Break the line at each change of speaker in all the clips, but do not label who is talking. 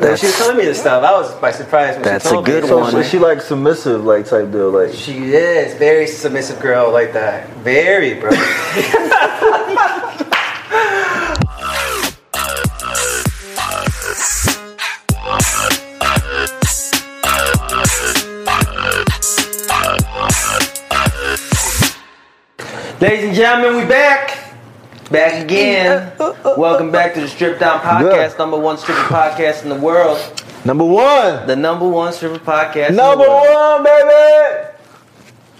That's, she was telling me this stuff. I was quite surprised when
That's
she
a
told
good
me.
one.
So she, she like submissive like type deal like.
She is very submissive girl like that. Very, bro. Ladies and gentlemen, we back. Back again. Welcome back to the Strip Down Podcast,
Good.
number one stripper podcast in the world.
Number one.
The number one stripper podcast. in the
Number
world.
one, baby.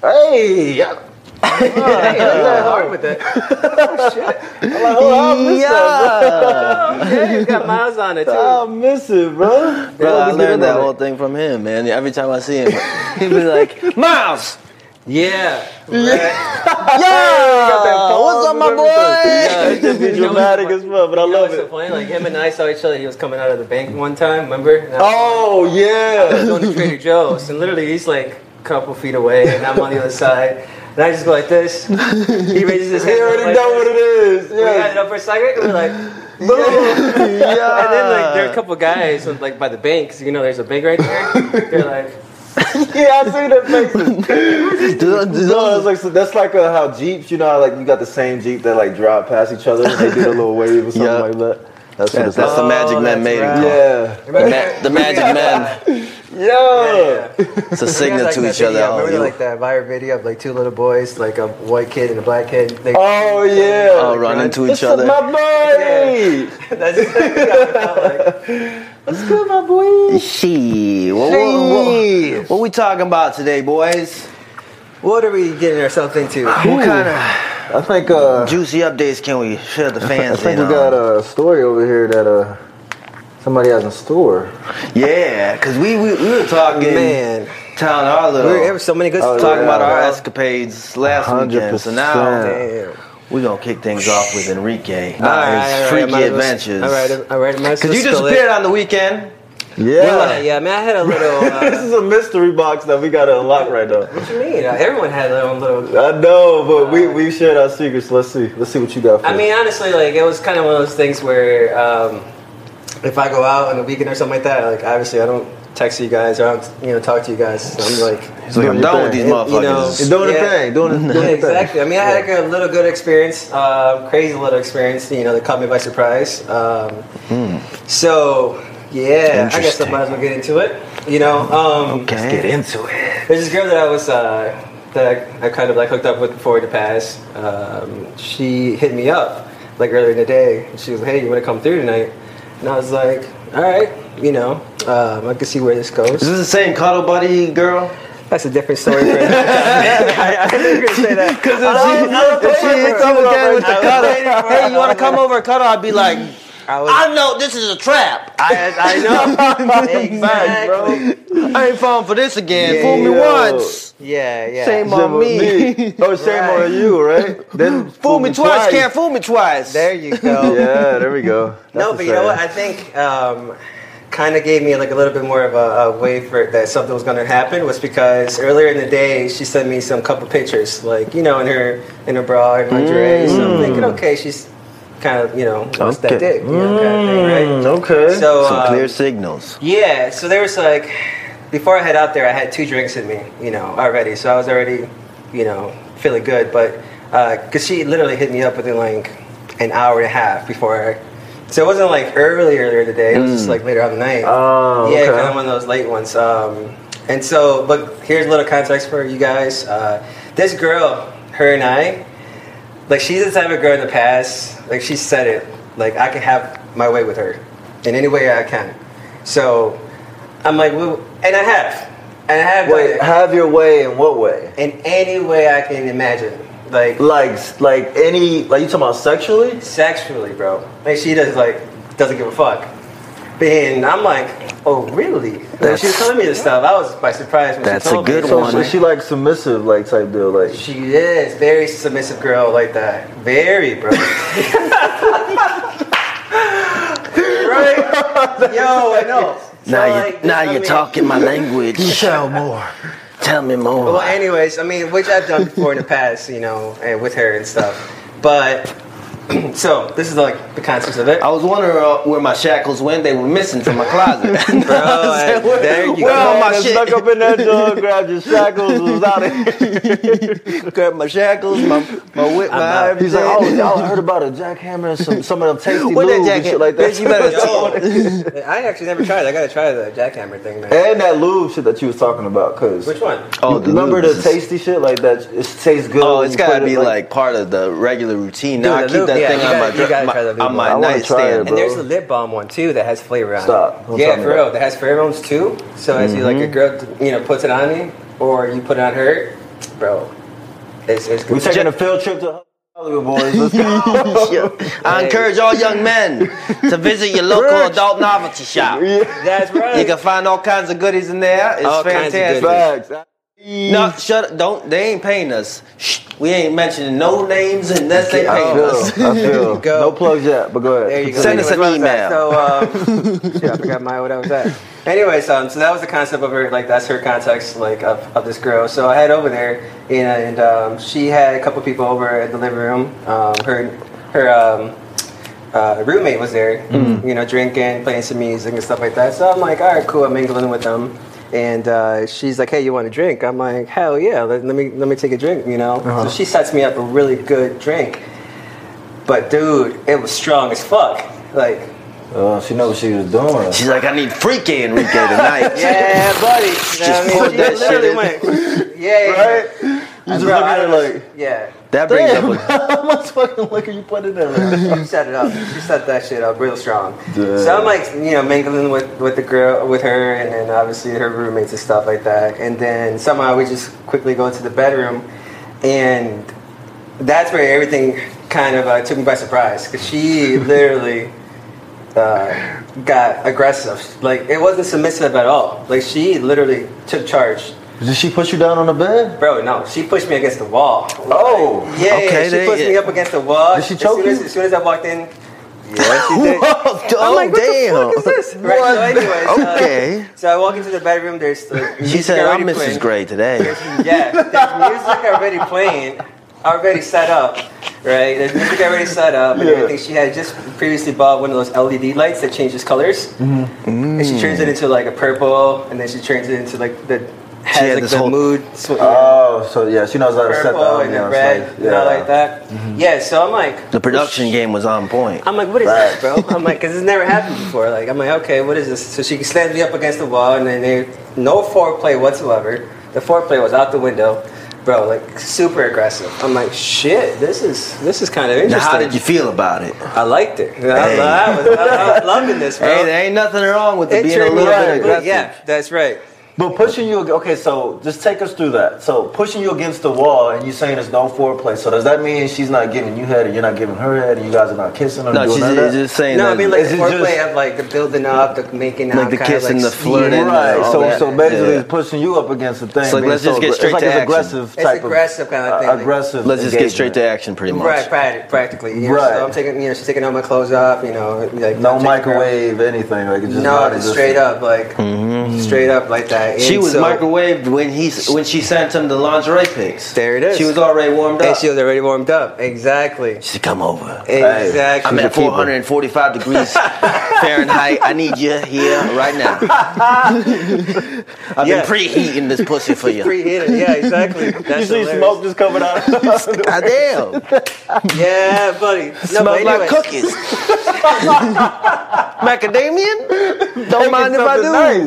Hey. yeah.
hard with that.
Like, oh, I miss that,
yeah, you got miles on it too.
bro. I miss it, bro.
Bro, I
we get
learned
on
that
it.
whole thing from him, man. Every time I see him, he be like, "Miles,
yeah.
Yeah.
what's up, my boy?"
Yeah, it just be dramatic as well, but I
You know
love
what's so
it.
funny? Like him and I saw each other. He was coming out of the bank one time. Remember? And I was
Oh yeah.
going to Trader Joe's, and literally he's like a couple feet away, and I'm on the other side. And I just go like this. He raises his hand.
He already
like
know what
this.
it is.
We had it
Yeah.
up for a second, and we're like. Boom.
Yeah.
And then like there are a couple guys with, like by the banks, you know, there's a bank right there. They're like,
Yeah, I see that faces.
Do- do- do-
No, that's Oh, like so that's like uh, how jeeps. You know, how, like you got the same jeep that like drive past each other and they do a little wave or something
Yeah.
like that. That's what
That's,
it's
that's the
like.
magic man
that's
made
right.
him. call.
yeah.
The, ma- the magic man.
Yeah.
It's a
You guys
signal
like
to
that
each other.
video,
oh,
Remember
you-
like that viral video of like two little boys, like a white kid and a black kid. They,
Oh yeah.
all running to each
This is
other.
my boy.
That's exactly how it felt like.
What's good, my boy?
She. What, what, what, what we talking about today, boys?
What are we getting ourselves into?
What kind of
I think uh,
juicy updates can we share the
I
fans
think
in
we
on?
got a story over here that uh somebody has in store.
yeah, because we, we, we were talking,
Man,
telling our little,
there were so many good
Oh,
stories.
talking about our
Yeah.
escapades last weekend. So
100%.
now
Damn.
we're going to kick things off with Enrique.
All right,
uh, his
all right, I
freaky
might as well-
adventures.
All right, all right. I might as well
Because you
spill
disappeared on the weekend.
It. Yeah, yeah. I mean, I had a little.
this
Uh,
is a mystery box that we gotta unlock right now.
what you mean? Uh, Everyone had their own little.
I know, but we we shared our secrets. Let's see. Let's see what you got. For
I mean, honestly, like it was kind of one of those things where um, if I go out on a weekend or something like that, like obviously I don't text you guys or I don't you know talk to you guys. I'm like.
He's like,
Doing
I'm
your
done with these
thing.
You know,
motherfuckers.
It's doing the
Yeah.
thing, doing, the- doing
Yeah,
the thing.
exactly. I mean, I had like a little good experience, um, crazy little experience, you know, that caught me by surprise. Um,
Hmm.
So, yeah, I guess I
Interesting.
might as well get into it. You know, um,
Okay.
Get into it.
there's this girl that I was, uh, that I, I kind of like hooked up with before the pass. Um, she hit me up like earlier in the day. She was like, hey, you want to come through tonight? And I was like, all right, you know, um, I can see where this
Is
goes.
this the same cuddle buddy girl?
That's a different story for another time. I, I think you're going to say that.
Because if
I
she,
don't know
if she hits up again with the cuddle, hey, you want to come over and cuddle? I'd be like,
I was
I know this is a trap.
I, I know. exactly.
I ain't falling for this again.
Yeah.
Fool me
Yo.
once,
Yeah, yeah.
shame on me.
Shame on me. Oh, shame
Right.
on you, right? Then
Fool me twice, can't fool me twice.
There you go.
Yeah, there we go.
No,
That's
but
the
you know
saying.
what? I think um, kind of gave me like a little bit more of a, a way for that something was going to happen was because earlier in the day she sent me some couple pictures, like you know, in her in her bra and lingerie. So I'm
Mm.
thinking, okay, she's kind of you know wants that
Okay.
dick, you know, kind of thing,
Mm,
right?
okay.
So
Some
um,
clear signals.
Yeah, so there was like, before I head out there, I had two drinks in me, you know, already. So I was already, you know, feeling good. But because she literally hit me up within like an hour and a half before. I, so it wasn't like early earlier in the day. It was just like later on the night.
Hmm. Oh,
yeah,
okay.
kind of one of those late ones. Um, and so, but here's a little context for you guys. Uh, this girl, her and I, like she's the type of girl in the past, like she said it, like I can have my way with her in any way I can. So I'm like, well, and I have, and I have done
Wait,
it
have your way in what way?
in any way I can imagine, like
Like, like any, like you talking about sexually?
sexually, bro. Like she does, like doesn't give a fuck. And I'm like, oh really? Like, she was telling me this stuff. I was by surprise when
That's
she
a
told
good
me.
So
one.
so she like submissive, like type deal, like.
She is very submissive girl like that. Very, bro. right? Yo, I know. So,
now
like,
you
this-
now
I
you're
mean-
talking my language.
Tell more.
Tell me more.
Well, anyways, I mean, which I've done before in the past, you know, and with her and stuff. But so this is like the concept of it.
I was wondering uh, where my shackles went. They were missing from my closet.
Bro, and there you
where
go.
all my
I
shit?
snuck up in that joint, grabbed your shackles, was out of here.
Grab my shackles, my my whip, my
out.
He's
everything.
like, oh, y'all heard about a jackhammer and some, some of them tasty
What that
lube and
jacket?
shit like that.
Bitch, you better-
Yo, I actually never tried. it. I gotta try the jackhammer thing, man.
and that lube shit that you was talking about, cause
Which one?
Eh. Oh, the
remember
lube
the
is-
tasty shit like that? It tastes good.
Oh,
when
it's
you
gotta
put it,
be like, part of the regular routine.
Dude,
Now I
the
keep
lube,
that
yeah,
thing
you
on
gotta-
my
you gotta
my-
try the lube
on
one.
my
I wanna try it,
nightstand.
And
bro.
there's a lip balm one too that has flavor on it.
Stop. Don't
yeah,
tell me
for
that.
real. That has pheromones too. So as you like
Mm-hmm.
a girl, you know, puts it on me or you put it on her, bro. It's, it's
we
good.
taking a field trip to Hollywood, boys. Let's
Yeah.
go.
I
Hey.
encourage all young men to visit your local
Correct.
adult novelty shop.
That's right.
You can find all kinds of goodies in there. It's
All kinds of
fantastic.
goodies.
Facts.
No, shut up. Don't. They ain't paying us. Shh. We ain't mentioning no names unless they pay
I
us.
feel. I feel.
Go.
No plugs yet, but go ahead.
There you go.
Send us an
Anyways, what
email.
was that? So, um, shit, I forgot my what I was at. Anyways, um, so that was the concept of her. Like that's her context, like of, of this girl. So I head over there, and, and um, she had a couple people over at the living room. Um, her her um, uh, roommate was there, you know, drinking, playing some music and stuff like that. So I'm like, all right, cool. I'm mingling with them. And uh, she's like, "Hey, you want a drink?" I'm like, "Hell yeah! Let, let me let me take a drink," you know. So she sets me up a really good drink, but dude, it was strong as fuck. Like,
Uh, she knows what she was doing.
She's like, I need freaky Enrique tonight.
yeah, buddy. You know
Just
what I mean?
poured
She
that shit in.
went, yeah,
Right? You just
Bro,
look at
I
her
was-
like,
yeah.
That brings
damn,
up.
how much fucking liquor you put in there? man?"
She set it up. She set that shit up real strong.
Damn.
So I'm like, you know, mingling with, with the girl, with her, and then obviously her roommates and stuff like that. And then somehow we just quickly go to the bedroom, and that's where everything kind of uh, took me by surprise because she literally uh, got aggressive. Like it wasn't submissive at all. Like she literally took charge.
Did she put you down on the bed?
Bro, no, she pushed me against the wall.
Oh,
yeah, yeah,
okay,
she
there
pushed
you-
me up against the wall.
Did she
As
choke
soon as-
you?
As soon as I walked in, yeah, she did.
oh,
like, what the
damn.
fuck is this? Right, so anyways, uh,
Okay.
so I walk into the bedroom. There's the
She
music
said, I'm
already
Mrs.
playing.
Gray today.
Yeah, there's music already playing, already set up, right? There's music already set up and
Yeah.
everything. She had just previously bought one of those LED lights that changes colors,
Mm-hmm.
and she turns it into like a purple, and then she turns it into like the has
had
like
this
the
whole-
mood. sw-
Oh, so yeah, she knows how to set that
Purple
up.
and then red, you know, like that.
Mm-hmm.
Yeah, so I'm like,
The production game was on point.
I'm like, what is
Facts.
this, bro? I'm like, because it's never happened before. Like, I'm like, okay, what is this? So she slams me up against the wall, and then there, no foreplay whatsoever. The foreplay was out the window, bro. Like, super aggressive. I'm like, shit, this is this is kind of
Now,
interesting.
how did you feel about it?
I liked it. I, I was, I was loving this, bro.
Hey, there ain't nothing wrong with it
It
being a
turned me
little
on.
bit aggressive.
Yeah, that's right.
But pushing you, okay, so just take us through that. So pushing you against the wall, and you saying there's no foreplay. So does that mean she's not giving you head, and you're not giving her head, and you guys are not kissing or
No,
doing
she's
none of that?
just saying
No, I
that-
mean like
Is
the
it
foreplay
just-
of like the building up, the making out,
Like the
kinda,
kissing, the
seeing-
flirting, and
Right,
all
so
that.
so basically,
Yeah.
it's pushing you up against the thing.
So, like,
being
let's just get
aggra-
straight
it's like
to
it's
action.
aggressive
It's
type
aggressive kinda
uh,
thing, like-
aggressive.
Let's just get straight to
engagement.
action, pretty much.
Right, practi- practically. You know,
Right.
So I'm taking, you know, she's taking all my clothes off. You know, like
No
I'm taking her-
microwave, anything. Like it's just
No,
not
just straight up, like straight up like that.
Mm-hmm. She
And
was
so-
microwaved when he when she sent him the lingerie pics.
There it is.
She was already warmed up.
and she was already warmed up. Exactly.
She said, "Come over. I'm
Exactly.
at 445 degrees Fahrenheit. I need you here right now. I've
Yeah.
been preheating this pussy for you.
Preheated. Yeah, exactly.
You
That's
see
hilarious.
smoke just coming out.
God damn,
Yeah, buddy. No, but
smells like
anyways,
cookies. Macadamian? Don't mind if I do.
something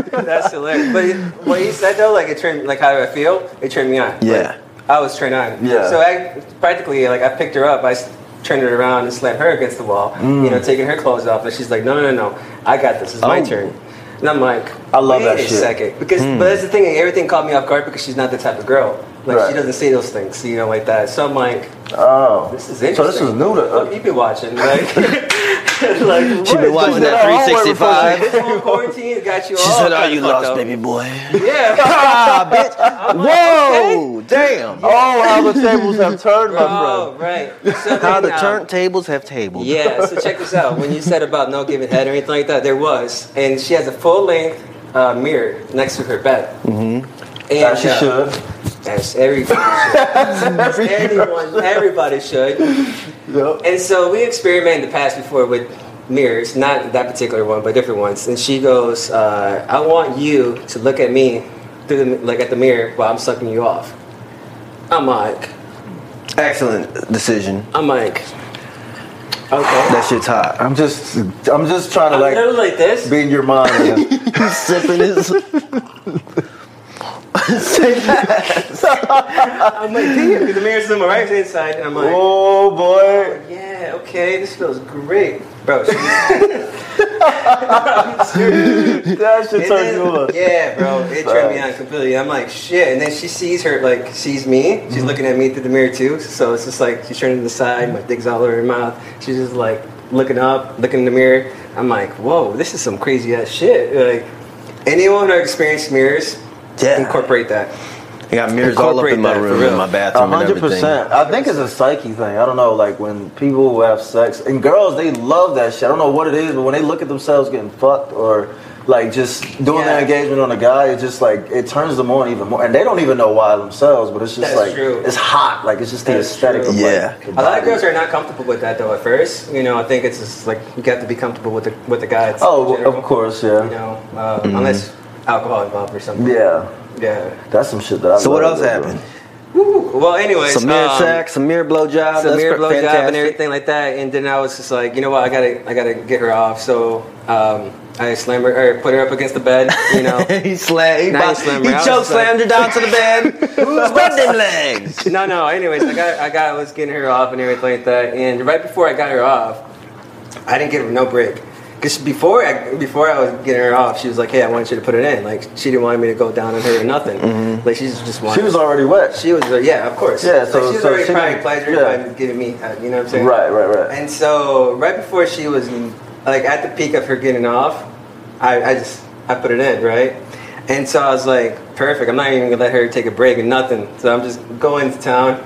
macadamia. That's hilarious. But it- what he said though, like it turned, like how do I feel? It turned me on.
Yeah.
Like, I was turned Oh, on.
Yeah.
So I practically like I picked her up. I s- turned her around and slammed her against the wall. You know, taking her clothes off, and she's like, "No, no, no, no. I got this. It's my
Oh.
turn." And I'm like,
I love
Wait
that
a
shit.
second, because but that's the thing. Everything caught me off guard because she's not the type of girl. Like she
Right.
doesn't say those things, you know, like that. So I'm like,
Oh,
this is
So
interesting.
this is new to. uh,
You've been watching, like.
like,
She been watching that 365.
This whole quarantine got you all.
She said, "Oh,
kinda
you
fucked
lost,
up."
baby boy."
Yeah.
ah, bitch. Whoa, damn.
Oh, how the tables have turned, my
oh,
friend.
right. So
How the
now-
turntables have tables.
Yeah, so check this out. When you said about no giving head or anything like that, there was. And she has a full length uh, mirror next to her bed. Mm-hmm. And
As she
uh,
should.
As everybody should. As anyone, everybody should.
Yep.
And so we experimented in the past before with mirrors, not that particular one, but different ones. And she goes, uh, "I want you to look at me through the like at the mirror while I'm sucking you off." I'm like,
Excellent decision.
I'm like, okay.
That shit's hot.
I'm just, I'm just trying to
I'm
like
literally like this.
be in your mind. man.
He's sipping his. Say that.
I'm like, damn, because the mirror's on my right hand side, and I'm like,
oh boy.
yeah, okay, this feels great, bro. She
That shit
And
turned you
then-
on.
Yeah, bro, it turned me on completely. I'm like, shit. And then she sees her, like, sees me. She's looking at me through the mirror too. So it's just like she's turning to the side. My dick's all over her mouth. She's just like looking up, looking in the mirror. I'm like, whoa, this is some crazy ass shit. Like, anyone who experienced mirrors,
Yeah.
incorporate that.
I got mirrors all up in my
Incorporate that, for
room, in
real.
my bathroom,
A hundred
and everything.
percent. I think it's a psyche thing. I don't know, like when people who have sex and girls, they love that shit. I don't know what it is, but when they look at themselves getting fucked or like just doing
Yeah.
their engagement on a guy, it just like it turns them on even more, and they don't even know why themselves. But it's just
That's
like
true.
it's hot. Like it's just the
That's
aesthetic.
true.
Of,
Yeah.
Like,
A
the
lot of
body.
girls are not comfortable with that though at first. You know, I think it's just like you got to be comfortable with the with the guy.
Oh,
in general.
of course, yeah.
You know, uh,
Mm-hmm.
unless alcohol involved or something.
Yeah.
Yeah.
That's some shit that I.
So what
love,
else
bro.
happened?
Woo. Well, anyways,
Some mirror
um,
sex, some mirror blowjob,
some
that's
mirror blowjob and
fantastic.
everything like that. And then I was just like, you know what? I gotta, I gotta get her off. So um, I slammed her or put her up agast the bed. You know,
he slammed. He,
Now
bo-
he slammed
he
her. I was
choke
just like-
slammed her down to the bed. Spread them legs.
no, no. Anyways, I got, I got, I was getting her off and everything like that. And right before I got her off, I didn't give her no break. Because before I, before I was getting her off, she was like, "Hey, I want you to put it in." Like she didn't want me to go down on her or nothing. Like she just wanted.
She was already wet.
She was, uh, yeah, of course.
Mm-hmm. Yeah, so-
like, she was
so
already
she
crying
didn't-
pleasure
yeah.
by giving me, uh, you know what I'm saying?
Right, right, right.
And so, right before she was like at the peak of her getting off, I, I just I put it in, right? And so I was like, perfect. I'm not even gonna let her take a break or nothing. So I'm just going to town,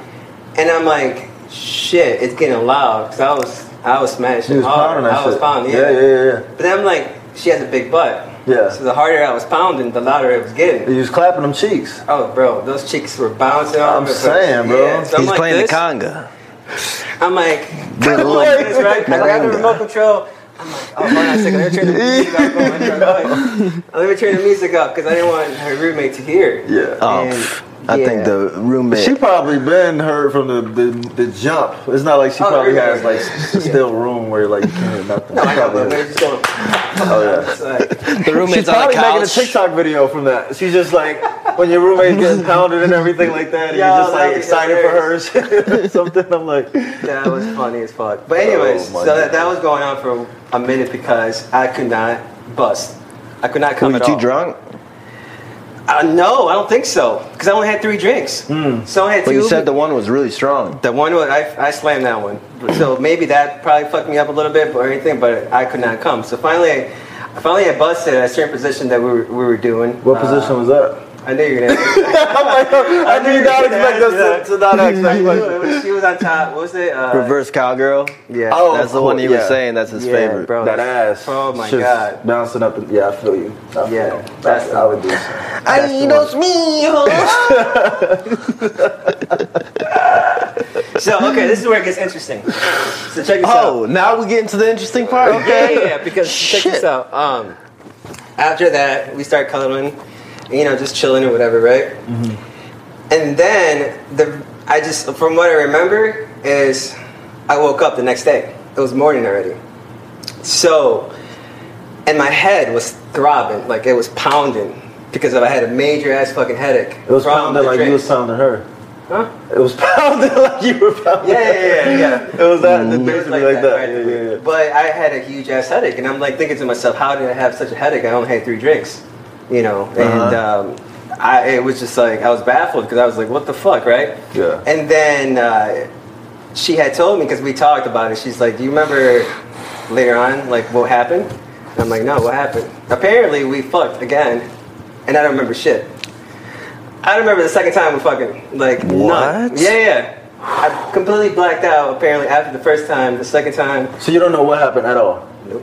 and I'm like, shit, it's getting loud because I was I was smashing.
She was
hard.
pounding that
Oh, I was
shit.
pounding.
yeah, yeah, yeah. yeah.
But then I'm like, she has a big butt.
Yeah.
So the harder I was pounding, the louder it was getting.
He was clapping them cheeks.
Oh, bro, those cheeks were bouncing. all
I'm
over the place.
saying, bro.
Yeah, so I'm
He's
like
playing
this.
the conga.
I'm like,
Big
I'm
lady.
like this, right? I got the remote control. I'm like, oh, hold on a second. Let me turn the music up. Hold on, hold on. Let me turn the music up because I didn't want her roommate to hear.
Yeah.
Oh,
And-
pff, I think
yeah.
the roommate.
She probably been hurt from the, the, the jump. It's not like she
Oh,
probably
yeah.
has like s- still room where like you can't hear nothing.
No, I know, but
Probably-
they're just going.
oh yeah.
It's like,
the
She's
roommate's on the
probably making a
couch.
TikTok video from that. She's just like when your roommate's getting pounded and everything like that, and
Yo,
you're just
that'd
like
be
excited for her. Something I'm like,
that was funny as fuck. But anyways,
Oh, my
so that, that
God.
was going on for a minute because I could not bust. I could not come
Were you
at all.
too drunk?
Uh, no, I don't think so because I only had three drinks. So I only had
But
two.
you said the one was really strong.
The one was, I, I slammed that one. So maybe that probably fucked me up a little bit or anything, but I could not come. So finally, I, finally I busted at a certain position that we were, we were doing.
what
Uh,
position was that?
I knew you were gonna.
I knew you not expect us to, to not act like.
It was- she was on top. What was it? Uh,
Reverse cowgirl.
Yeah.
Oh,
That's the
cool,
one you were
yeah.
saying. That's his
Yeah,
favorite.
bro.
That ass.
Oh, my
just
God.
Bouncing up and yeah, I feel you. I feel
Yeah,
you.
that's-
That's I would do.
I need those me. huh?
so okay, this is where it gets interesting. So check this out.
oh, now we get into the interesting part.
Yeah, yeah,
Okay.
yeah, because check this
Shit.
out. Um, after that, we start cuddling, you know, just chilling or whatever, right?
Mm-hmm.
And then the I just from what I remember is I woke up the next day. It was morning already. So, and my head was throbbing, like it was pounding because I had a major ass fucking headache.
It was
from
pounding
the
like you
drink.
was pounding her.
Huh?
It was pounding like you were pounding.
Yeah, yeah, yeah, yeah.
It was that,
It was
basically like that.
right?
Yeah, yeah, yeah.
But I had a huge ass headache, and I'm like thinking to myself, how did I have such a headache? I only had three drinks, you know,
Uh-huh.
and um, I it was just like I was baffled because I was like, what the fuck, right?
Yeah.
And then uh, she had told me because we talked about it. She's like, do you remember later on, like what happened? And I'm like, no, what happened? Apparently we fucked again, and I don't remember shit. I don't remember the second time we fucking like none.
What?
Yeah, yeah. I completely blacked out. Apparently after the first time, the second time,
So you don't know what happened at all.
nope.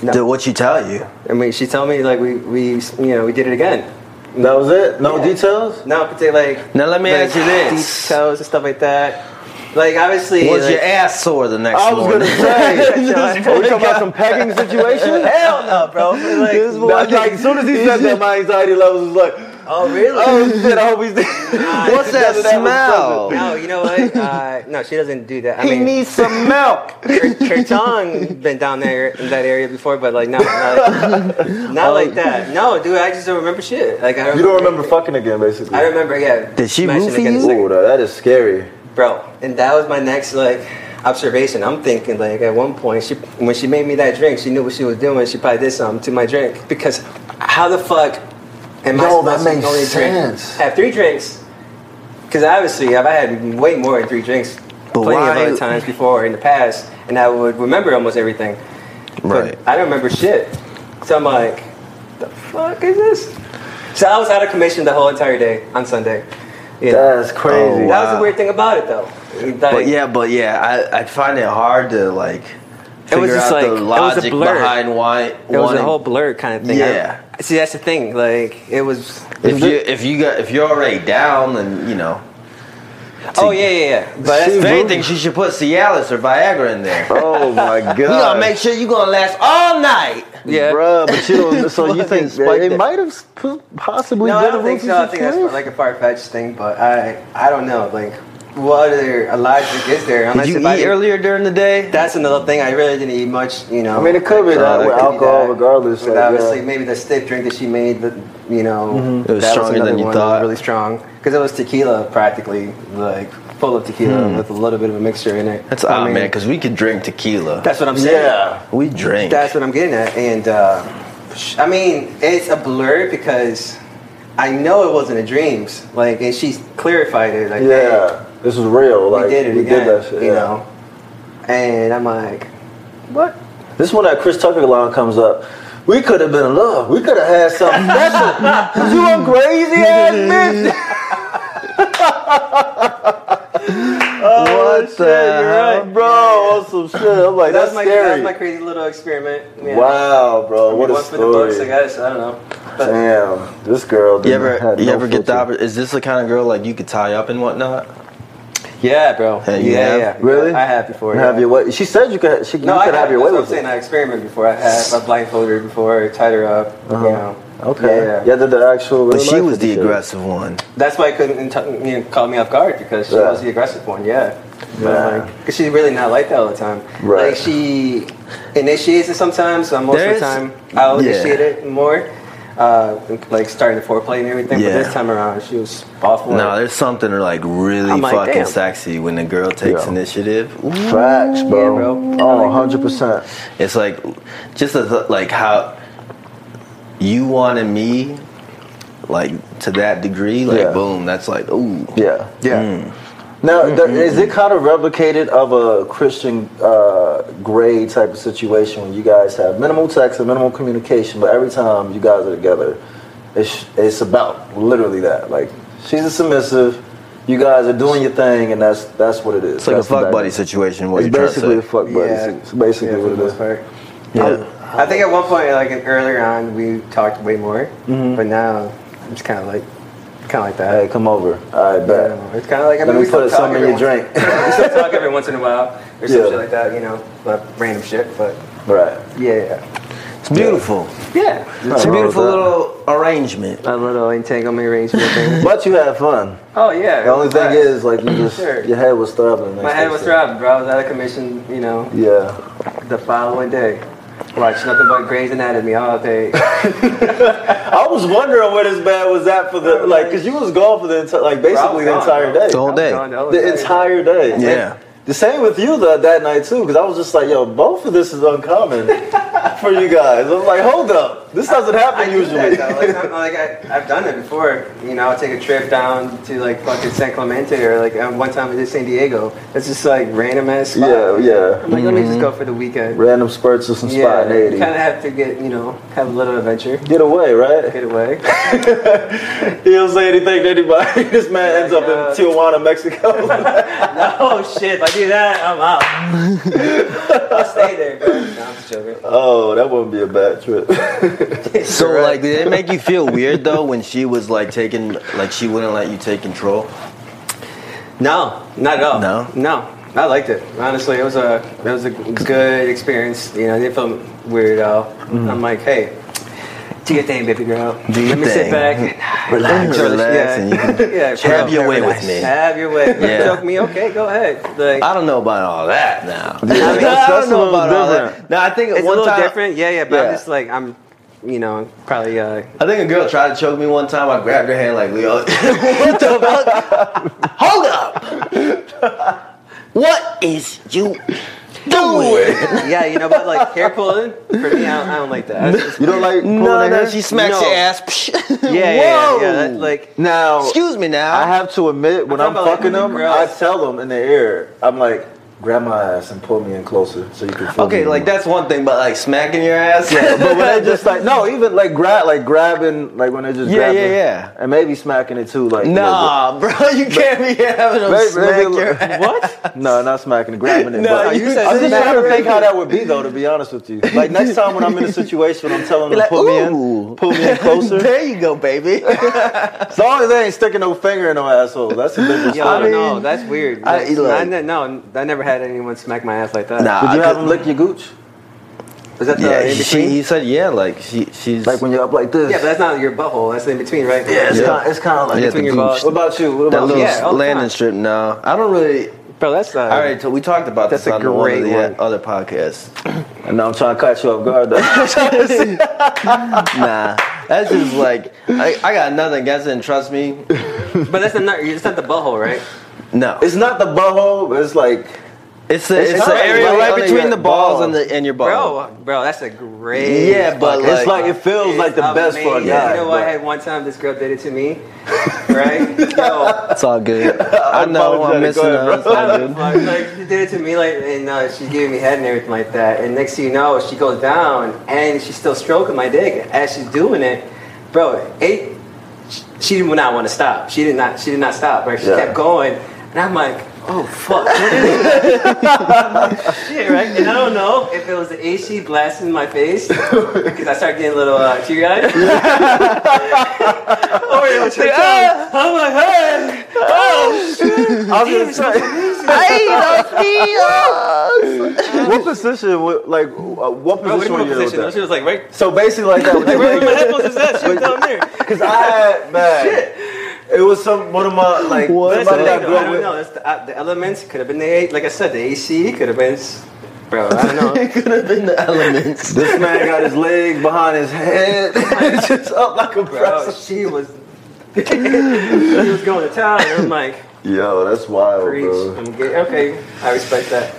Did what you tell you?
I mean, she told me like we we you know we did it again.
That was it. No
Yeah.
details.
No, but they like
Now let me
like,
ask you this.
details and stuff like that. Like obviously,
Was
like,
your ass sore the next
I was
morning?
gonna say.
Just
Are we talking about some pegging situation?
hell no, bro. Like,
This boy-
That's like, as soon as he said that, my anxiety levels was like,
oh really?
oh shit, I hope he's.
What's that
Oh,
smell?
No, you know what? Uh, no, she doesn't do that. I
He
mean,
needs some milk.
her, her tongue been down there in that area before, but like, no, not, not
Um,
like that. No, dude, I just don't remember shit. Like, I
You don't remember fucking again, basically.
I remember, yeah.
Did she
smashing
root for
against
you?
the-
Ooh, that- that is scary.
bro and that was my next like observation i'm thinking like at one point she when she made me that drink she knew what she was doing she probably did something to my drink because how the fuck am i
No,
supposed
that
to
makes
only
sense.
drink have three drinks because obviously i've had way more than three drinks
But
plenty
why-
of other times before in the past and i would remember almost everything
Right.
but i don't remember shit so i'm like the fuck is this so i was out of commission the whole entire day on sunday yeah
That's crazy.
Oh,
that was
Wow.
the weird thing about it, though. Like,
But yeah, but yeah, I I find it hard to like
It
figure
was just
out
like-
the
it was a
logic
blur.
behind why it
it was a whole blur kind of thing.
Yeah.
I- see, that's the thing. Like, it was.
if you if you got if you're already down then you know.
oh yeah, yeah, yeah. But that's
if
very
anything, she should put Cialis or Viagra in there.
Oh my god. You
We gonna make sure you gonna last all night.
Yeah.
Bruh, but you don't. So you
Fucking
think
spiked
it
it.
might have p- possibly
No,
been
I don't
a
think
rookie
so. I think that's
situation?
like a far fetched thing, but I, I don't know. Like, what other logic is there?
Did you
if
eat
I didn't-
earlier during the day?
That's another thing. I really didn't eat much. You know.
I mean, it could be that
Uh, it
with
could
Could be
alcohol,
that.
regardless.
But
like,
obviously,
yeah.
maybe the stiff drink that she made, the, you know,
Mm-hmm.
It was
that
stronger
another
than you
one that was
thought.
Really strong because it was tequila, practically like full of tequila with a little bit of a mixture in it.
Hmm. That's
I
odd,
mean,
man, because we could drink tequila.
That's what I'm saying.
Yeah.
we drink.
That's what I'm getting at. And uh, sh- I mean, it's a blur because I know it wasn't a dreams. Like, and she clarified it. Like, hey,
Yeah, this is real. Like
we did it
we
again.
did that shit.
you
yeah.
know. And I'm like, what?
This is when that Chris Tucker line comes up. We could have been in love. We could have had something special. you a crazy ass bitch.
what
Shit, you're right, bro. On some shit. I'm like,
That was
that's,
my that
scary.
was my crazy little experiment. Yeah.
Wow, bro. What
One
a
for the books, I
story.
guess. I don't know. But
Damn, this girl.
You
didn't-
ever
had
you
no
ever get the
filter.
oppor- is this the kind of girl like you could tie up and whatnot?
yeah, bro.
Hey, you
yeah,
have?
yeah.
Really?
I have before. yeah.
Have your way. She said you could. She,
No,
you
I
could
have,
have your way
that's what
with
I'm saying.
it.
I experimented before. I have. I blindfolded her before. Tied her up. You know.
Uh-huh. Okay.
Yeah, yeah.
Yeah, the, the actual.
But
real
she
life
was the
shit.
aggressive one.
That's why I couldn't t- you know, call me off guard because she
Yeah.
was the aggressive one. Yeah.
Yeah.
But like, 'cause she's really not like that all the time.
Right.
Like she initiates it sometimes. So most of
There's-
the time, I'll
yeah.
initiate it more. Uh, like starting the foreplay and everything.
Yeah.
But this time around, she was awful.
No, there's something like really
I'm like,
fucking
damn.
sexy when the girl takes
Yeah.
initiative. Ooh.
Facts, bro.
bro.
Oh, 100 percent.
It's like just a th- like how you wanted me like to that degree, like
Yeah.
boom, that's like ooh.
Yeah. Yeah. Now,
Mm-hmm,
th- is it kind of replicated of a Christian uh, grade type of situation when you guys have minimal text and minimal communication, but every time you guys are together, it's it's about literally that. Like she's a submissive, you guys are doing your thing, and that's that's what it is.
It's like a
That's the
fuck buddy
dynamic.
situation what
It's
you're trying to
basically a
say.
fuck buddy.
Yeah.
It's basically
Yeah, for
what
the
it
most
is.
part.
Yeah.
I think at one point, like in- earlier on, we talked way more,
Mm-hmm.
but now it's kind of like, kind of like that.
Hey, come over. I
I
bet.
don't know. It's kind of like I
Let
mean, we
me
still
put
talk
some in
every
your
once-
drink.
we still talk every once in a while or some
Yeah.
shit like that, you know, like random shit. But
Right.
yeah,
It's beautiful.
yeah, yeah.
It's a
Nothing wrong with
beautiful
that.
little arrangement.
A little entanglement arrangement thing.
But you had fun.
oh yeah.
The only thing is, like, you just
Sure.
your head was throbbing.
my head was throbbing, bro. I was out of commission, you know,
Yeah.
the following day. Watch nothing but Grey's Anatomy all day.
I was wondering where this man was at for the like, cause you was gone for the entire, like basically the
gone,
entire
bro.
day,
The whole day.
the entire day.
Yeah.
The same with you that that night too, cause I was just like, yo, both of this is uncommon. for you guys. I'm like, hold up, this doesn't happen
I do
usually.
that, though. Like, I'm, like I, I've done it before. You know, I'll take a trip down to like fucking San Clemente or like um, one time I did San Diego. That's just like random ass. Spot.
Yeah, yeah.
I'm like, let me just go for the weekend.
Random spurts of some spontaneity.
kind of have to get you know have a little adventure,
Get away, right?
get away.
He don't say anything to anybody. This man ends up
Yeah.
in Tijuana, Mexico.
no Oh, shit, if I do that, I'm out. I'll stay there. Bro. No, I'm just joking.
oh, that wouldn't be a bad trip.
So like, did it make you feel weird though when she was like taking, like she wouldn't let you take control?
No, not at all.
No?
no. I liked it. Honestly, it was a it was a good experience. You know, I didn't feel weird at all. I'm like, hey, do your thing, baby girl.
Mm-hmm. Do your
Let me sit
thing.
back,
Relax,
Enjoy the-
relax, and you can
yeah, bro.
have your way with
Relax.
me.
Have your way.
Yeah.
You Choke me, okay? Go ahead. Like,
I don't know about all that now. I,
that's- that's a little different.
Now I think
it's a
one
little
time,
different. Yeah, yeah. But
Yeah.
I'm just like, I'm, you know, probably. uh
I think a girl tried to choke me one time. I grabbed her hand like, Leo, what the fuck? Hold up! What is you doing?
Yeah, you know, but like hair pulling for me, I don't, I don't like that. That's just-
You don't like pulling
No,
a
no,
hair?
she
No.
smacks your ass.
yeah, yeah, yeah, yeah, that,
Whoa.
like
Now,
Excuse me now.
I have to admit, when
I'm
I'm
talking about,
fucking
like,
them, I
gross.
tell them in the ear, I'm like, grab my ass and pull me in closer so you can feel
okay,
me
like
more."
that's one thing, but like smacking your ass.
Yeah, but when they just like no, even like grab, like grabbing, like when they just
Yeah,
grabbing,
yeah, yeah.
and maybe smacking it too, like a little
nah, bro, you can't be having them
Baby,
smack
baby,
your
look.
ass.
what?
bit. no, not smacking it, grabbing it.
No,
but
you said
I'm just
smack
trying to
it.
think how that would be though. To be honest with you, like next time when I'm in a situation, I'm telling them
Like,
to put me
ooh.
in, pull me in closer.
There you go, baby.
as long as they ain't sticking no finger in no asshole, that's a different
Yo, I
story.
don't
Did
know. That's weird.
I-
That's-
like-
I, no, I never had anyone smack my ass like that.
Nah.
you
I
have them
couldn't-
lick your gooch?
Is that the
yeah,
in
she,
between?
he said yeah, like she, she's
Like when you're up like this?
Yeah, but that's not your butthole. That's in between, right?
Yeah, it's
Yeah.
kind, it's kind of like
Yeah,
between your
the gooch.
balls.
What about you? What
that
about
little
you?
Yeah, all the
landing
time.
strip. No, I don't really.
Bro, that's uh,
All right, so we talked about
That's
this
a
on the one of
great
the
one.
other podcasts.
And now I'm trying to catch you off guard. Though.
nah, that's just like I, I got nothing against it. And trust me,
But that's not it's not the butthole, right?
no, it's
it's not the butthole. but It's like
it's the, it's
it's
the
right-
area
right
right
under
between
your
the balls
balls.
and the and your ball.
Bro, bro, that's a great.
Yeah, but
it's
like-
like it feels like the
It's
best for a
amazing.
guy.
You know what? I
but-
had one time this girl did it to me, right? Yo,
It's all good. I know I'm
apologetic.
missing
Go ahead,
out. It's all good.
Fuck, like she did it to me, like and uh, she gave me head and everything like that. And next thing you know, she goes down and she's still stroking my dick as she's doing it, bro. It she did not want to stop. She did not. She did not stop. Right? She
Yeah.
kept going, and I'm like. Oh fuck! What is it? Shit, right? And I don't know if it was the AC blasting my face because I started getting a little uh, teary-eyed, or it was her tongue. Oh my god!
I was gonna say, what position? would- Like, uh, what
Bro, what
position
do you
were
mean
you in with
position?
that?
She was like right
So basically, like that.
Like, where were my headphones is at? Shit down there.
Because I had man, it was some one of my like
What?
That's the
somebody
thing,
that I
though. I
grew
don't
up
know. That's the, uh, the elements could have been the A- like I said, the AC could have been, s- bro. I don't know.
It could have been the elements.
with. This man got his leg behind his head, just up like a
Bro,
press.
she was, she was going to town. And I'm like,
Yo, that's
Oh,
wild,
preach.
bro.
I'm gay. Okay, I respect that.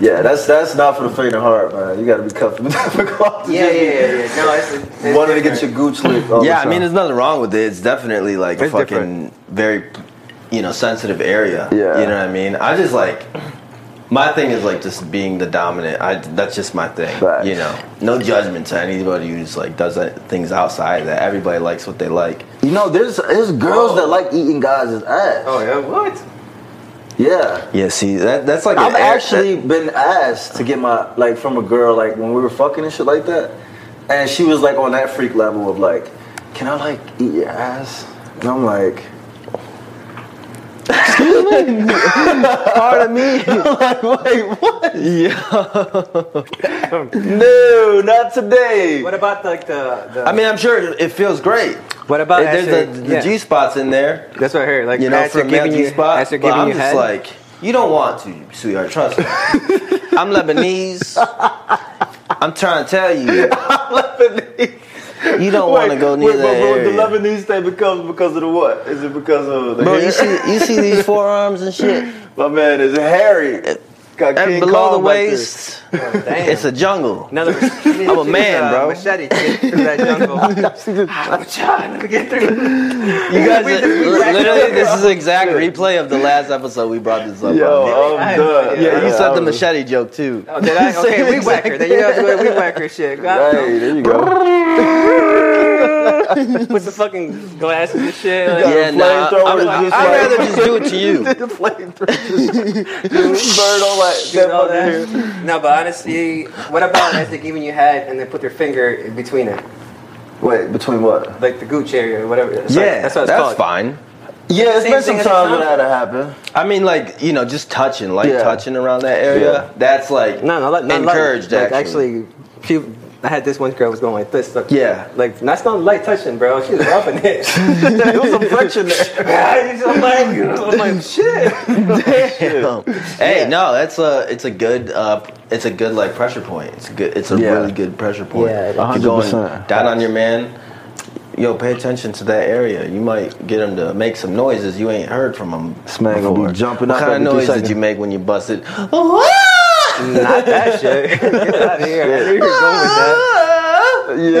Yeah, that's that's not for the faint of heart, man. You got to be comfortable.
Yeah, yeah, yeah. yeah. No, it's, it's
Wanted to
different.
get your gooch licked. all the
Yeah, I mean,
time.
there's nothing wrong with it. Oh, It's definitely like a
It's
fucking very, you know, sensitive area.
Yeah.
you know what I mean. I just like my thing is like just being the dominant. I that's just my thing.
Facts.
You know, no judgment to anybody who's like does that, things outside of that. Everybody likes what they like.
You know, there's there's girls
Oh.
that like eating guys' ass.
Oh yeah, what?
Yeah.
Yeah, see that that's like
I've
an air-
actually been asked to get my like from a girl like when we were fucking and shit like that, and she was like on that freak level of like, can I like eat your ass? And I'm like,
part of me.
no, not today.
What about like the? the
I mean, I'm sure it feels great.
what about
There's
after-
the, the
yeah,
G spots in there.
That's what I heard. Like
you know,
after
for male
giving
G
you
spot.
after
but
giving
I'm
you
just
head.
like, you don't want to, sweetheart. Trust me. I'm Lebanese. I'm trying to tell you. You don't want to go near
wait,
that
but,
area.
bro, The Lebanese thing becomes because of the what? Is it because of the
Bro,
hair?
you see, you see these forearms and shit.
My man is hairy. Got
And
King
below the
Kong like this.
waist,
Damn.
it's a jungle.
Another
I'm a man,
uh,
bro.
Machete to get through that jungle. Ah, I'm trying to get through.
You guys,
We- we- we-
literally, this is an exact replay of the last episode we brought this up. on.
Yo, oh,
I-
I'm done.
yeah,
Yeah, you
yeah,
said the machete joke too.
Oh, did I? Okay, we whacker. Then you guys do we whacker shit. God,
Hey, there you go.
With the fucking glasses and shit. Like,
Yeah,
the
nah,
flamethrower
I would-
is
I'd
just like-
rather just do it to you.
the flamethrower. Just bird all that.
and all
that fucking-
that. No, but honestly, what about as they giving you head and they put their finger in between it,
Wait, between what?
like the gooch area or whatever? It's like-
yeah,
that's what it's called.
fine.
Yeah, it's
Same thing
been some
as a
times when
condom.
that happened.
I mean, like you know, just touching, like
Yeah.
touching around that area.
Yeah.
That's like
No, no, like, not light.
encouraged.
Like,
actually.
actually, she, I had this one girl was going like this. Like,
Yeah.
like that's not light touching, bro. She was rubbing it.
There was some friction there.
I'm like, I'm like, shit.
Hey, no, that's a it's a good uh, it's a good like pressure point. It's a good it's a
Yeah.
really good pressure point.
Yeah, it is.
If you're
100%.
going down on your man. Yo, pay attention to that area. You might get him to make some noises you ain't heard from him.
This man gonna be
before.
jumping
what
up
kind
every
of
three
noise did
seconds.
you make when you busted?
Not that shit. Get out of here. I knew you were going with that.
Yo,
I knew you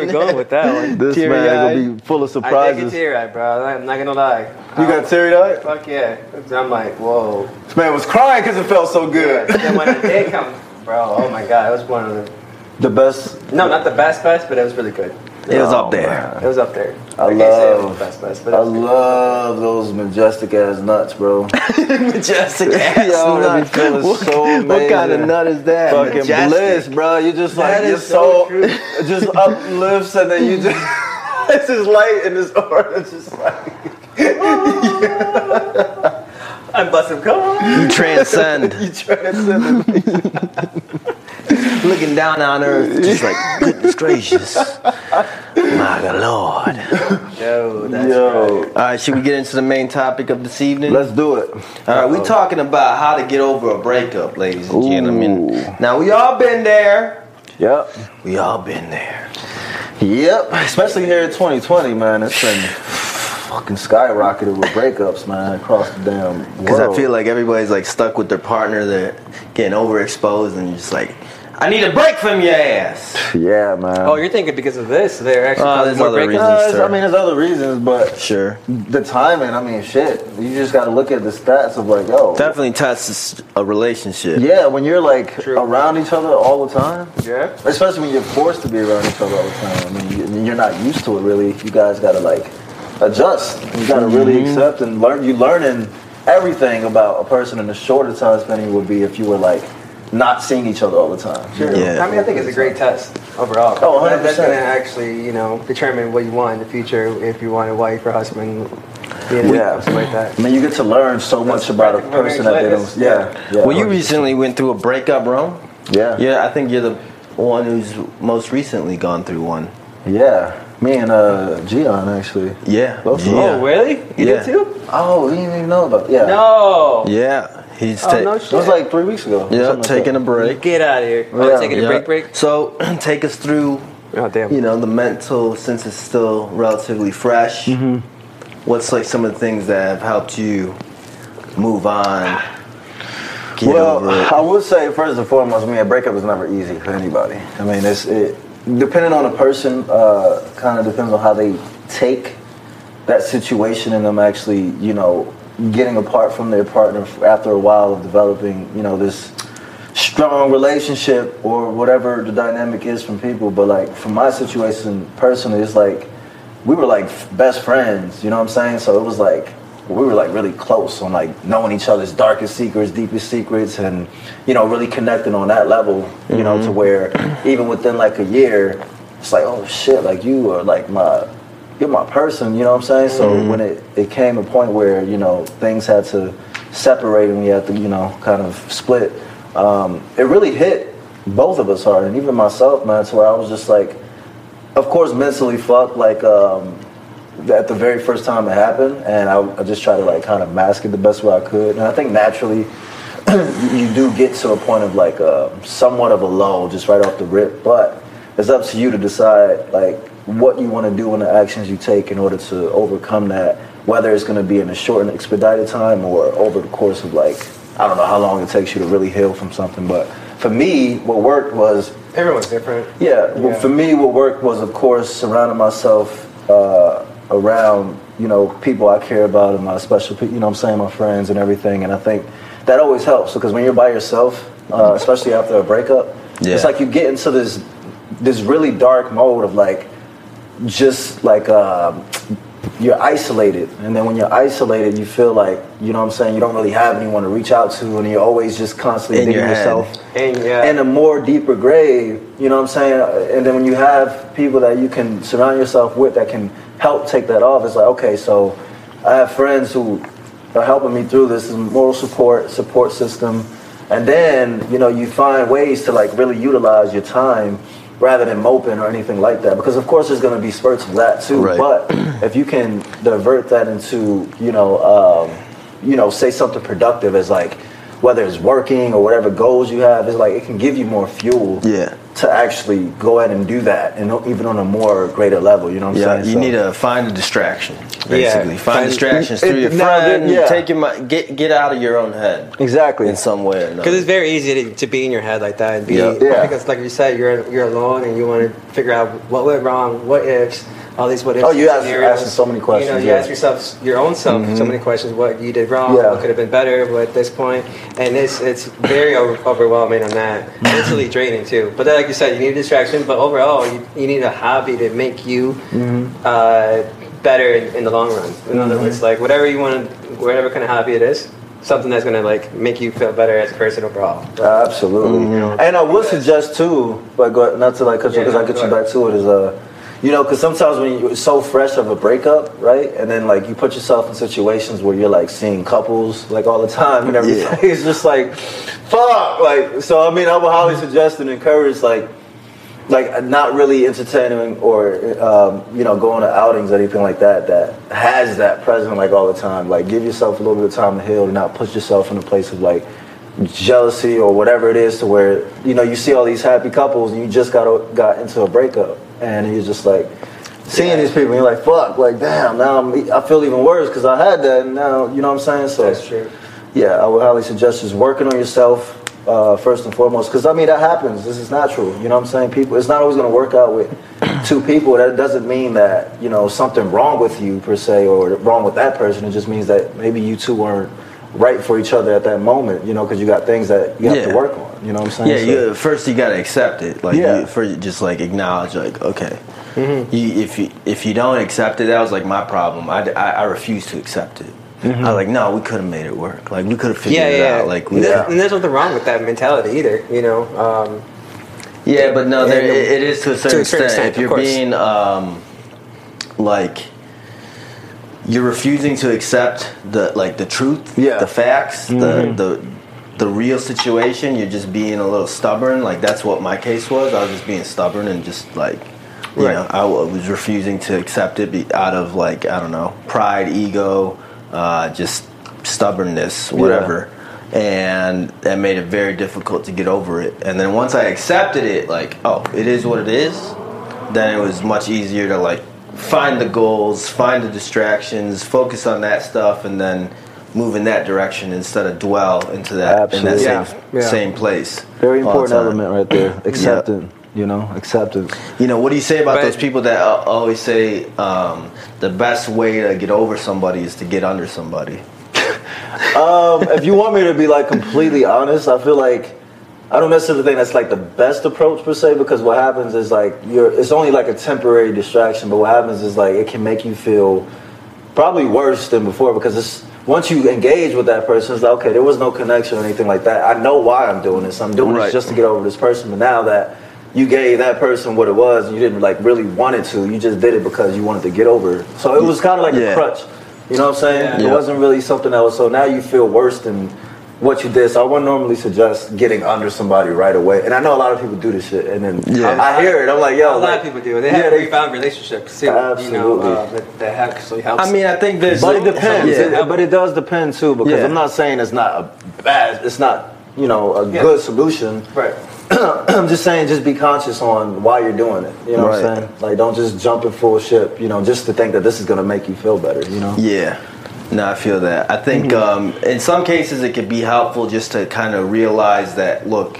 were going with that one.
This man gonna be full of
I take a
surprises. You
tear eye, bro. I'm not gonna lie.
got teary eyed?
Fuck yeah. I'm like, whoa.
This man was crying because it felt so good.
then when the day comes, bro, oh my god, it was one of the
The best.
no, not the best best, but it was really good.
It was
Oh,
up there.
man.
It was up there.
I
can't say it
love-
was the best best, but
I
it was good.
love those majestic ass nuts, bro.
Majestic ass
Yo, that be
nut.
feeling
What,
so
what kind of
amazing.
nut is that?
Fucking
Majestic.
bliss, bro. You just like
That
your
is so
soul just uplifts, and then you just it's just light and this aura is just like
I'm busting. Come on.
You transcend.
you transcend. it.
Looking down on earth, just like, goodness gracious. My lord.
Yo, that's right.
Yo,
All right, should we get into the main topic of this evening?
let's do it.
All right, we talking about how to get over a breakup, ladies and gentlemen. Now, we all been there.
Yep,
We all been there.
yep. Especially here in 2020, man. It's been fucking skyrocketed with breakups, man, across the damn world.
Because I feel like everybody's like stuck with their partner. They're getting overexposed and you're just like, I need a break from your ass.
yeah, man.
Oh, you're thinking because of this? They're actually
Oh,
causing
there's
more
other
breakups.
reasons.
Uh, it's- I mean, there's other reasons, but
Sure.
the timing. I mean, shit. You just got to look at the stats of like, yo,
Definitely touches a relationship.
yeah. When you're like
True.
around each other all the time,
Yeah.
especially when you're forced to be around each other all the time. I mean, you- you're not used to it really. You guys gotta like adjust. You gotta really accept and learn. You learning everything about a person in the shorter time span you would be if you were like not seeing each other all the time.
Sure.
Yeah.
I mean, I think it's a great test overall.
Oh, 100%.
That's gonna actually, you know, determine what you want in the future if you want a wife or husband, you know,
Yeah.
something like that.
I mean, you get to learn so much about a
practical
person that they
marriage
don't.
life.
Yeah. yeah
Well, you recently went through a breakup, bro.
Yeah.
Yeah, I think you're the one who's most recently gone through one.
Yeah. Me and uh, Gian actually.
Yeah.
Both of
yeah.
them.
Oh, really? You did
Yeah.
too?
Oh, we didn't even know about. Yeah.
No.
Yeah. He's
Oh,
ta-
no
It was like three weeks ago.
yeah,
something like
taking
that.
a break.
Get out of here. Oh,
Yeah.
taking a
Yeah.
break, break.
So, take us through,
Oh damn.
you know, the mental since it's still relatively fresh.
Mm-hmm.
What's like some of the things that have helped you move on? Get
Well,
over it.
I would say first and foremost, I mean, a breakup is never easy for anybody. I mean, it's it depending on the person. Uh, kind of depends on how they take that situation and them actually, you know, getting apart from their partner f- after a while of developing, you know, this strong relationship or whatever the dynamic is from people. But like for my situation personally, it's like we were like f- best friends. You know what I'm saying? So it was like we were like really close on like knowing each other's darkest secrets, deepest secrets, and you know really connecting on that level. You know to where even within like a year, it's like oh shit, like you are like my you're my person, you know what I'm saying? So when it, it came a point where, you know, things had to separate and we had to, you know, kind of split, um, it really hit both of us hard and even myself, man, to where I was just like, of course, mentally fucked, like, um, at the very first time it happened, and I, I just tried to like kind of mask it the best way I could. And I think naturally, you do get to a point of like a, somewhat of a lull just right off the rip, but it's up to you to decide like what you want to do and the actions you take in order to overcome that, whether it's going to be in a short and expedited time or over the course of like I don't know how long it takes you to really heal from something, but for me, what worked was
Everyone's different.
yeah, well,
Yeah.
for me, what worked was, of course, surrounding myself uh, around, you know, people I care about and my special, pe- you know what I'm saying, my friends and everything. And I think that always helps because when you're by yourself, uh, especially after a breakup,
Mm-hmm. Yeah.
it's like you get into this this really dark mode of like just like um you're isolated and then when you're isolated you feel like you know what i'm saying you don't really have anyone to reach out to and you're always just constantly
In
digging
your head.
yourself
And uh, yeah.
in a more deeper grave. You know what I'm saying? And then when you have people that you can surround yourself with that can help take that off, it's like okay, so I have friends who are helping me through this, this moral support support system, and then you know you find ways to like really utilize your time rather than moping or anything like that because of course there's going to be spurts of that too
Right.
but if you can divert that into you know um, you know, say something productive as like whether it's working or whatever goals you have, it's like it can give you more fuel
Yeah.
to actually go ahead and do that and even on a more greater level, you know what I'm
Yeah,
saying?
you
So-
need to find a distraction. Basically, find,
Find-
distractions through
it-
your
now that-
friend.
yeah.
Take your mi- get get out of your own head
Exactly.
in some way or another.
Because it's very easy to, to be in your head like that and be
Yeah.
Yeah.
because like you said you're you're alone and you want to figure out what went wrong, what ifs, all these what ifs.
Oh, you
and
ask-
scenarios.
asking so many questions,
You know, you
yeah.
ask yourself your own self
Mm-hmm.
so many questions: what you did wrong,
Yeah.
what could have been better, what at this point, and it's it's very over- overwhelming on
Mm-hmm.
that, mentally draining too. But then, like you said, you need a distraction, but overall, you, you need a hobby to make you.
Mm-hmm.
Uh, better in, in the long run. In other words, like whatever you want, to, whatever kind of hobby it is, something that's gonna like make you feel better as a person overall.
Absolutely. And I would suggest too, but go, not to like cut you
Mm-hmm. Yeah,
because I
no,
get
go
you
ahead.
back to it is uh, you know, because sometimes when you're so fresh of a breakup, right, and then like you put yourself in situations where you're like seeing couples like all the time and everything. It's just like, fuck, like. So I mean, I would highly suggest and encourage like. Like not really entertaining or um, you know going to outings or anything like that that has that present like all the time. Like give yourself a little bit of time to heal and not put yourself in a place of like jealousy or whatever it is to where you know you see all these happy couples and you just got o- got into a breakup and you're just like seeing these people you're like fuck like damn now I'm, e, I feel even worse because I had that and now you know what I'm saying so
That's true.
yeah I would highly suggest just working on yourself uh, first and foremost because I mean that happens this is natural you know what I'm saying people it's not always gonna work out with two people that doesn't mean that you know something wrong with you per se or wrong with that person it just means that maybe you two weren't right for each other at that moment you know because you got things that you have
Yeah.
to work on you know what I'm saying
yeah,
So-
you, first you gotta accept it. Like,
Yeah.
you, first just like acknowledge, like, okay, you, if you if you don't accept it, that was like my problem. I, I, I refuse to accept it. I was like, no, we could have made it work. Like, we could have figured
Yeah,
it
yeah.
out. Like, we,
and,
yeah.
there's, and there's nothing wrong with that mentality either. You know, um,
Yeah, but no, there,
Yeah,
it, it is to a certain,
a certain extent,
extent. If
of
you're
course.
being um, like you're refusing to accept the like the truth,
Yeah.
the facts, the the the real situation, you're just being a little stubborn. Like that's what my case was. I was just being stubborn and just like you
Right.
know, I wa- was refusing to accept it be, out of like I don't know, pride, ego, uh, just stubbornness, whatever and that made it very difficult to get over it. And then once I accepted it, like, oh, it is what it is, then it was much easier to like find the goals, find the distractions, focus on that stuff, and then move in that direction instead of dwell into that in
Absolutely.
that same
Yeah. Yeah.
same place.
very
all the
important
time.
element right there acceptance you know acceptance
You know, what do you say about
But-
those people that uh, always say um, the best way to get over somebody is to get under somebody?
um, if you want me to be like completely honest, I feel like I don't necessarily think that's like the best approach per se because what happens is like you're it's only like a temporary distraction, but what happens is like it can make you feel probably worse than before because it's once you engage with that person, it's like okay, there was no connection or anything like that. I know why I'm doing this. I'm doing
Right.
this just to get over this person, but now that you gave that person what it was and you didn't like really want it to, you just did it because you wanted to get over it. So it was kind of like
Yeah.
a crutch. You know what I'm saying?
Yeah.
It wasn't really something else. So now you feel worse than what you did. So I wouldn't normally suggest getting under somebody right away. And I know a lot of people do this shit. And then
Yeah.
I, I hear it. I'm like, yo,
a lot
like,
of people do. They
yeah,
have
they-
refound relationships too. You know,
Absolutely.
uh, that, that actually helps.
I mean, I think there's
But it depends.
Yeah.
It- but it does depend too, because
Yeah.
I'm not saying it's not a bad. It's not you know a
Yeah.
good solution.
right.
I'm just saying, just be conscious on why you're doing it. You know what
Right.
I'm saying? Like, don't just jump in full ship. You know, just to think that this is gonna make you feel better. You know?
Yeah. No, I feel that. I think um, in some cases it could be helpful just to kind of realize that look,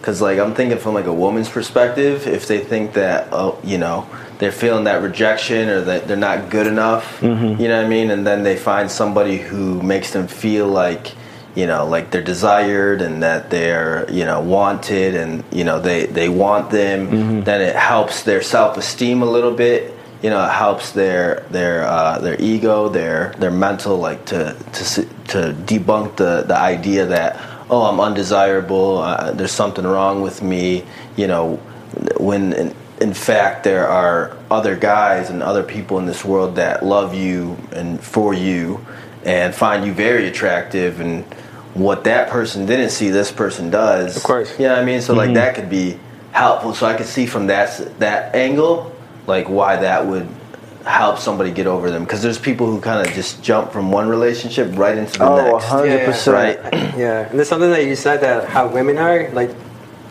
because like I'm thinking from like a woman's perspective, if they think that oh, you know they're feeling that rejection or that they're not good enough, you know what I mean, and then they find somebody who makes them feel like you know like they're desired and that they're you know wanted and you know they they want them, then it helps their self esteem a little bit you know it helps their their uh, their ego their their mental like to to s- to debunk the the idea that oh I'm undesirable uh, there's something wrong with me you know when in, in fact there are other guys and other people in this world that love you and for you and find you very attractive and what that person didn't see this person does
Of course. Mm-hmm.
you know what I mean? So like that could be helpful. So I could see from that that angle, like why that would help somebody get over them. Because there's people who kind of just jump from one relationship right into the
Oh,
next.
100%.
Right.
yeah, and there's something that you said that how women are like.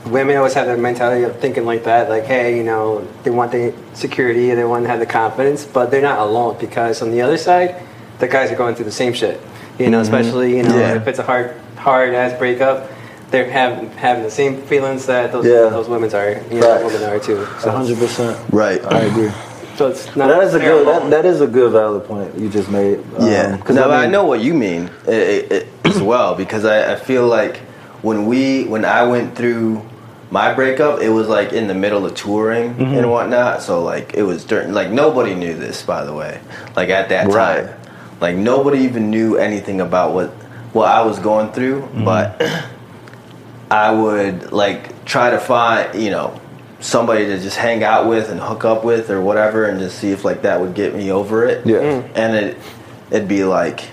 Women always have that mentality of thinking like that, like, hey, you know, they want the security, they want to have the confidence, but they're not alone because on the other side, the guys are going through the same shit. You know,
Mm-hmm.
especially you know
Yeah.
if it's a hard, hard ass breakup, they're having having the same feelings that those
Yeah.
those women are, you
Facts.
know, women are too. So,
100%.
Right.
I agree.
so it's not
That is a
they're
good.
alone.
That, that is a good valid point you just made. Um,
yeah.
'cause
no, but I
mean-
know what you mean eh, eh, eh, as well because I, I feel like when we when I went through my breakup, it was like in the middle of touring
Mm-hmm.
and whatnot. So like it was during like nobody knew this by the way. Like at that
Right.
time, like nobody even knew anything about what what I was going through,
Mm-hmm.
but. I would like try to find you know somebody to just hang out with and hook up with or whatever, and just see if like that would get me over it.
Yeah. Mm.
and it it'd be like,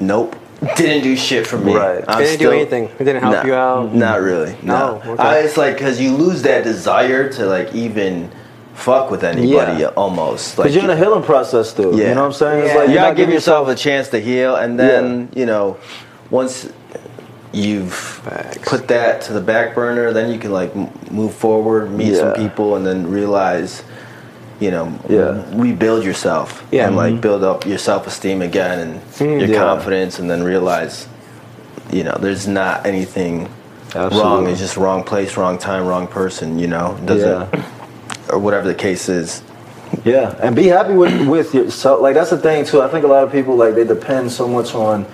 nope, didn't do shit for me.
Right.
I'm
Didn't do anything. It didn't help
Nah,
you out.
Not really. No,
No, okay.
I, it's like because you lose that desire to like even fuck with anybody
Yeah.
almost. Like
Cause you're in a healing process, though.
Yeah.
You know what I'm saying? It's
Yeah.
like
you
you're
gotta
not
give
giving
yourself a chance to heal, and then you know, once you've put that to the back burner, then you can like m- move forward, meet some
Yeah.
people, and then realize, you know,
Yeah. Mm-hmm.
rebuild yourself
Yeah.
and like build up your self esteem again and your
Yeah.
confidence, and then realize, you know, there's not anything wrong.
Absolutely.
It's just wrong place, wrong time, wrong person. You know, doesn't
Yeah.
or whatever the case is.
Yeah, and be happy with with yourself. Like that's the thing too. I think a lot of people like they depend so much on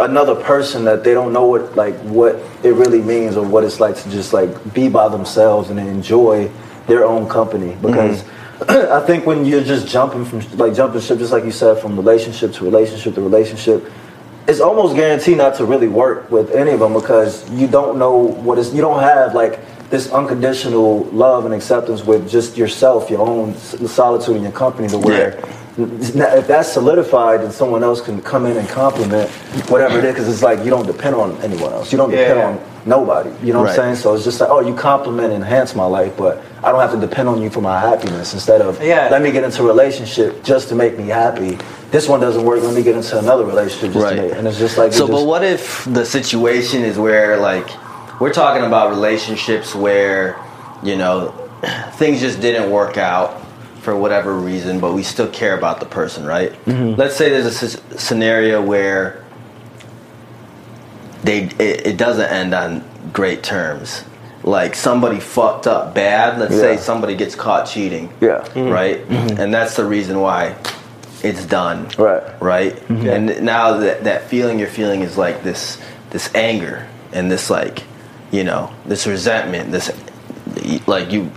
another person that they don't know what like what it really means or what it's like to just like be by themselves and enjoy their own company
Mm-hmm.
because. I think when you're just jumping from like jumping ship, just like you said, from relationship to relationship to relationship, it's almost guaranteed not to really work with any of them because you don't know what is you don't have like this unconditional love and acceptance with just yourself your own s- solitude and your company to where it's not- if that's solidified then someone else can come in and compliment whatever it is because it's like you don't depend on anyone else you don't
Yeah.
depend on nobody you know what i'm
Right.
saying so it's just like oh you compliment and enhance my life but i don't have to depend on you for my happiness instead of
Yeah.
let me get into a relationship just to make me happy this one doesn't work let me get into another relationship just to
Right.
make, and it's just like it
so
just-
but what if the situation is where like we're talking about relationships where you know things just didn't work out for whatever reason but we still care about the person right
Mm-hmm.
let's say there's a s- scenario where they it, it doesn't end on great terms like somebody fucked up bad let's say
Yeah.
somebody gets caught cheating
Yeah.
right and that's the reason why it's done
Right.
right? And now that that feeling you're feeling is like this this anger and this like you know this resentment, this like you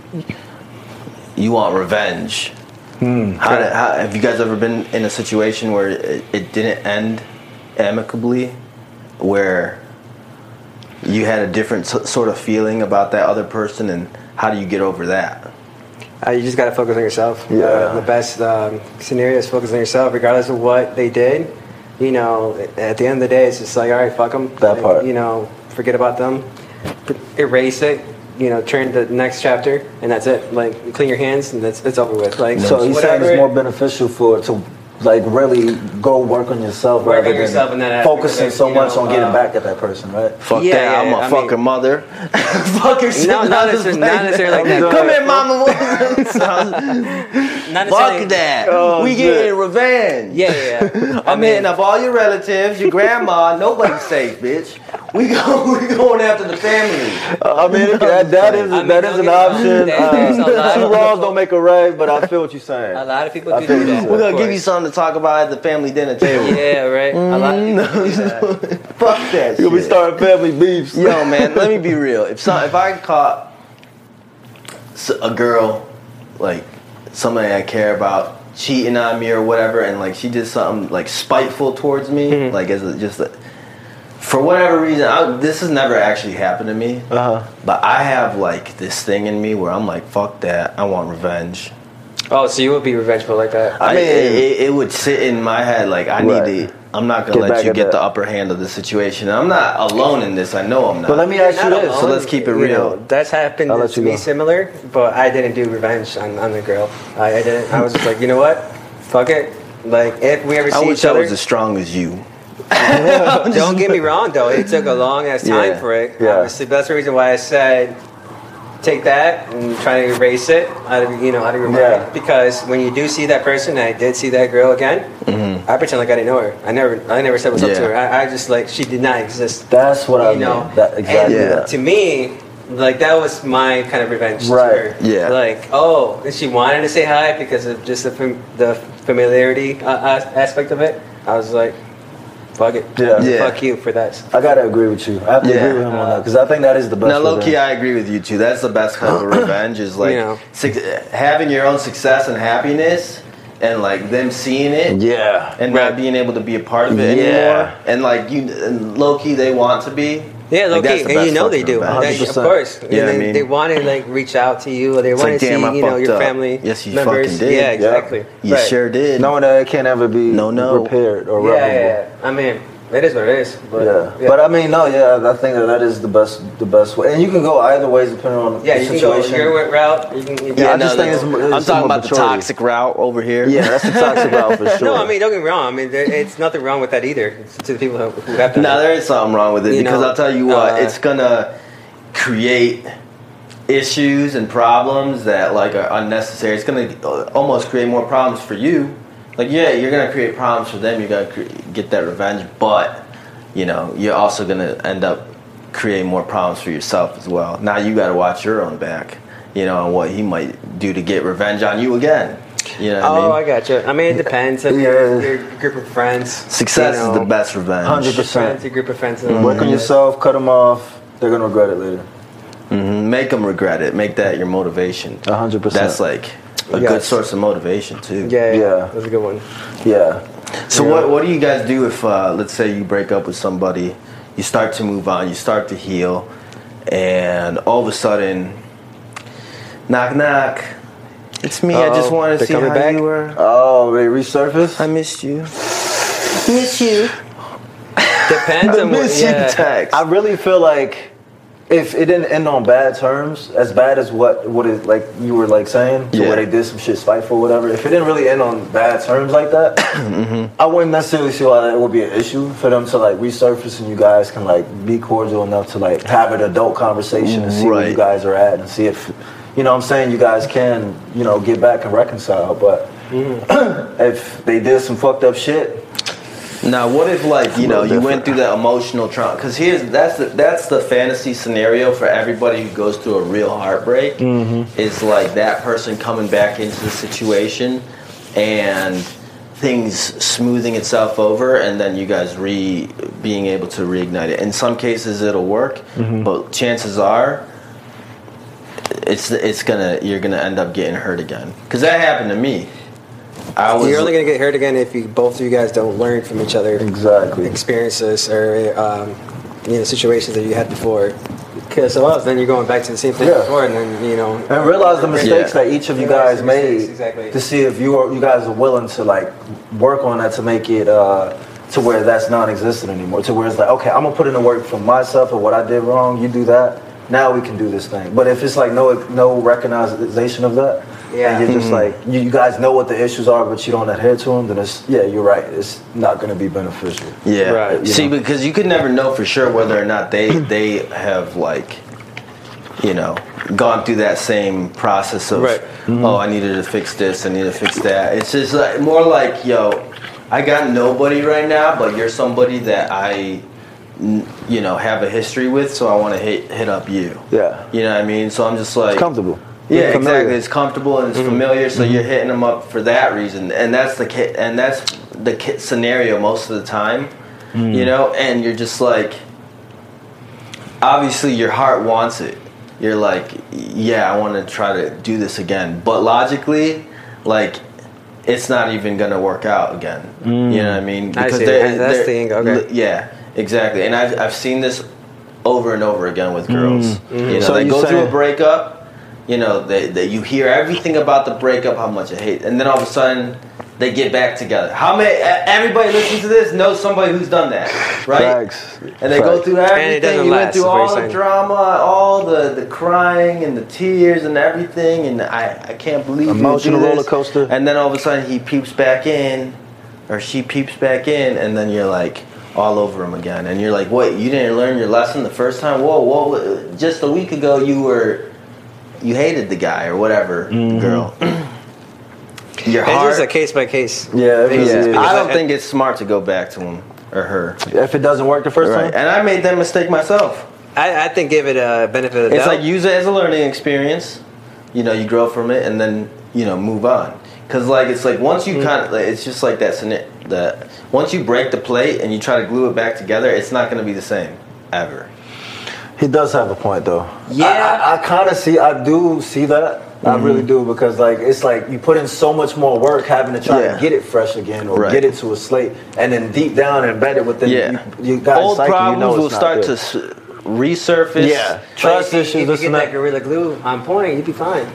you want revenge. How, did, how have you guys ever been in a situation where it, it didn't end amicably, where you had a different s- sort of feeling about that other person, and how do you get over that?
Uh, you just got to focus on yourself.
Yeah.
Uh, the best um, scenario is focus on yourself, regardless of what they did. You know, at the end of the day, it's just like, all right, fuck them.
That part.
You know, forget about them, erase it. You know, turn to the next chapter, and that's it. Like, clean your hands, and that's it's over with. Like,
So he's saying
whatever-
it's more beneficial for to like really go work on yourself
Work on
rather than
yourself and then after,
focusing
like,
so
you
much
know,
on getting
uh,
back at that person, right?
Fuck
Yeah,
that!
yeah,
I'm a
I mean-
fucking mother. fucking shit.
not
I'll
necessar-
just
not
like
necessarily like that.
Come here, mama.
Not necessarily-
Fuck that.
Oh,
we
shit.
getting revenge.
Yeah, yeah. yeah.
I'm hitting up all your relatives, your grandma. Nobody's safe, bitch. We go. We going after the family.
I mean, that, that is
I mean,
that
don't
is
get
an
me wrong.
option.
There- there's a
Uh,
lot
two
of-
wrongs don't make a right, but I feel what you're saying.
A lot of people
I
do
feel
do
you.
that.
We're
We're gonna
of
give you
course.
something to talk about at the family dinner table.
Yeah, right. A lot of people do that.
Fuck that.
You'll be
shit.
starting family beefs.
Yo, man, let me be real. If some, if I caught s- a girl, like somebody I care about, cheating on me or whatever, and like she did something like spiteful towards me,
Mm-hmm.
like as a, just a, for whatever reason, I, this has never actually happened to me.
Uh-huh.
But I have like this thing in me where I'm like, fuck that. I want revenge.
Oh, so you would be revengeful like that?
I,
mean-
it, it- it would sit in my head like I
Right.
need to. I'm not gonna
Get
let
back
you
at
get
that.
the upper hand of the situation. I'm not alone in this. I know I'm not.
But let me ask you
Not
this.
alone.
So let's keep it
You
real.
know, that's happened
I'll let
to
you
me
go.
similar, but I didn't do revenge on, on the girl. I, I didn't. I was just like, you know what? Fuck it. Like if we ever
I
see
wish
each
I
other,
was as strong as you.
don't get me wrong though. It took a long ass time
Yeah.
for it.
Yeah.
Obviously, but that's the reason why I said take that and try to erase it out of you know out of your mind.
Yeah.
Because when you do see that person, and I did see that girl again.
Mm-hmm.
I pretend like I didn't know her. I never, I never said what's up to
Yeah.
her. I, I just like she did not exist.
That's what I
you know,
mean. That, exactly.
And
Yeah.
that.
to me, like that was my kind of revenge. to
Right.
her.
Yeah.
Like, oh, and she wanted to say hi because of just the fam- the familiarity uh, uh, aspect of it. I was like, fuck it.
Yeah.
Yeah.
Fuck you for that.
I gotta agree with you. I have to
Yeah.
agree with him on that because I think that is the best.
now, low key,
revenge.
I agree with you too. That's the best kind of revenge is like
Yeah.
suc- having your own success and happiness, and like them seeing it.
yeah.
And
Right.
not being able to be a part of it
Yeah.
anymore, and like you, and low key they want to be.
Yeah,
Like,
low key,
that's the
and you
best
know they
fucking
do.
revenge.
They- of
100%.
course. And
Yeah, I
they,
mean-
they want to like reach out to you, or they
It's
want
like,
to see
damn, I
you know
fucked
your
up.
family
Yes, you
members.
fucking did.
Yeah,
Yeah.
exactly.
You
Right.
sure did.
Knowing that it can't ever be
No, no.
repaired or
Yeah,
replicable.
yeah, yeah. I mean, it is what it is. But,
Yeah. but I mean, no, yeah, I- I think that that is the best, the best way, and you can go either ways depending on
yeah,
the
you can go
situation.
your route. You can, you
Yeah, I
can-
just think
that's-
it's mo- it's
I'm talking
more
about the
maturity.
toxic route over here.
yeah, that's the toxic route for sure.
No, I mean, don't get me wrong. I mean, there, it's nothing wrong with that either. It's to the people who who have done
No,
it.
there is something wrong with it
You
because
know,
I'll tell you what,
uh,
it's gonna create issues and problems that like are unnecessary. It's gonna uh, almost create more problems for you. Like, yeah, you're gonna create problems for them. You're gonna cre- get that revenge, but you know, you're also gonna end up creating more problems for yourself as well. Now you got to watch your own back, you know, and what he might do to get revenge on you again. You know what I
Oh,
mean?
I got you. I mean, it depends on
Yeah.
your, your group of friends.
Success
you know,
is the best revenge.
100%.
Friends, your group of friends.
Mm-hmm. work on yourself, cut them off. They're gonna regret it later.
Make them regret it. Make that your motivation.
A hundred percent.
That's like a
Yes.
good source of motivation too.
Yeah,
Yeah.
yeah, that's a good one.
Yeah,
So what what do you guys do if uh, let's say you break up with somebody, you start to move on, you start to heal, and all of a sudden, knock knock, it's me. I just
Uh-oh,
wanted to
Oh, they're
see how
coming back?
you were.
oh, they resurface.
I missed you. Miss you.
Depends
The
on what.
miss
Yeah.
you text.
I really feel like if it didn't end on bad terms, as bad as what what is like you were like saying, to
Yeah.
where they did some shit spiteful, whatever. If it didn't really end on bad terms like that,
Mm-hmm.
I wouldn't necessarily see why that would be an issue for them to like resurface and you guys can like be cordial enough to like have an adult conversation and see where you
Right.
guys are at and see if you know what I'm saying you guys can you know get back and reconcile, but. if they did some fucked up shit,
Now, what if like you know
little
you went
different.
through that emotional trauma? Because here's that's the, that's the fantasy scenario for everybody who goes through a real heartbreak.
Mm-hmm.
Is like that person coming back into the situation and things smoothing itself over, and then you guys re being able to reignite it. In some cases, it'll work,
Mm-hmm.
but chances are. It's it's gonna you're gonna end up getting hurt again because that happened to me. I was
You're only gonna get hurt again if you both of you guys don't learn from each other.
Exactly.
Experiences or um, you know situations that you had before. Because else, then you're going back to the same thing
Yeah.
before, and then you know.
and realize the mistakes
Yeah.
that each of you
Realize
guys
the
made
mistakes, exactly.
to see if you are you guys are willing to like work on that to make it uh, to where that's non-existent anymore. To where it's like, okay, I'm gonna put in the work for myself or what I did wrong. You do that. Now we can do this thing. But if it's like no no recognition of that,
Yeah.
And you're just like, you, you guys know what the issues are, but you don't adhere to them, then it's, yeah, you're right. It's not going to be beneficial.
Yeah.
Right, you
See,
know.
because you could never know for sure whether or not they they have like, you know, gone through that same process of
Right. Mm-hmm.
oh, I needed to fix this, I need to fix that. It's just like more like yo, I got nobody right now, but you're somebody that I, n- you know, have a history with, so I want to hit hit up you.
Yeah.
You know what I mean? So I'm just like
It's comfortable.
Yeah,
It's familiar. Mm-hmm.
exactly. It's comfortable and it's familiar, so you're hitting them up for that reason, and that's the ki- and that's the ki- scenario most of the time,
Mm.
you know. And you're just like, obviously, your heart wants it. You're like, yeah, I want to try to do this again, but logically, like, it's not even gonna work out again.
Mm.
You know what I mean?
I see. That's the angle, okay.
li- Yeah, exactly. And I've I've seen this over and over again with girls. You know,
Mm. Mm-hmm. So
they
you
go through a
saying-
breakup. You know, they, they you hear everything about the breakup, how much I hate, and then all of a sudden they get back together. How many? e- Everybody listening to this knows somebody who's done that, right?
Facts.
And they go
Facts.
through
it
everything.
doesn't
you
last,
went
is
through
what you're
all the
saying.
drama, all the, the crying and the tears and everything, and I, I can't believe you would do
Emotional
this.
roller coaster.
And then all of a sudden he peeps back in, or she peeps back in, and then you're like all over him again. And you're like, wait, you didn't learn your lesson the first time? Whoa, whoa! Just a week ago you were you hated the guy or whatever girl. your
Mm-hmm. It's
heart.
just a case by case.
Yeah, it really
basis,
is.
because
I don't think it's smart to go back to him or her.
If it doesn't work the first
Right.
time,
And I made that mistake myself.
I, I think give it a benefit of the
It's
doubt.
like use it as a learning experience. You know, you grow from it, and then you know move on. Cause like it's like once you kind of, it's just like that. scena- That once you break the plate and you try to glue it back together, it's not going to be the same ever.
he does have a point though.
Yeah.
I, I, I kind of see. I do see that. I
Mm-hmm.
really do because like it's like you put in so much more work having to try
Yeah.
to get it fresh again or
Right.
get it to a slate, and then deep down embedded within you, you guys
old
psyche,
problems
you know
will
it's not
start
good.
to s- resurface.
yeah
But
trust
if you-
issues.
If you
this
get
and
that
that.
gorilla glue on point, you'd be fine.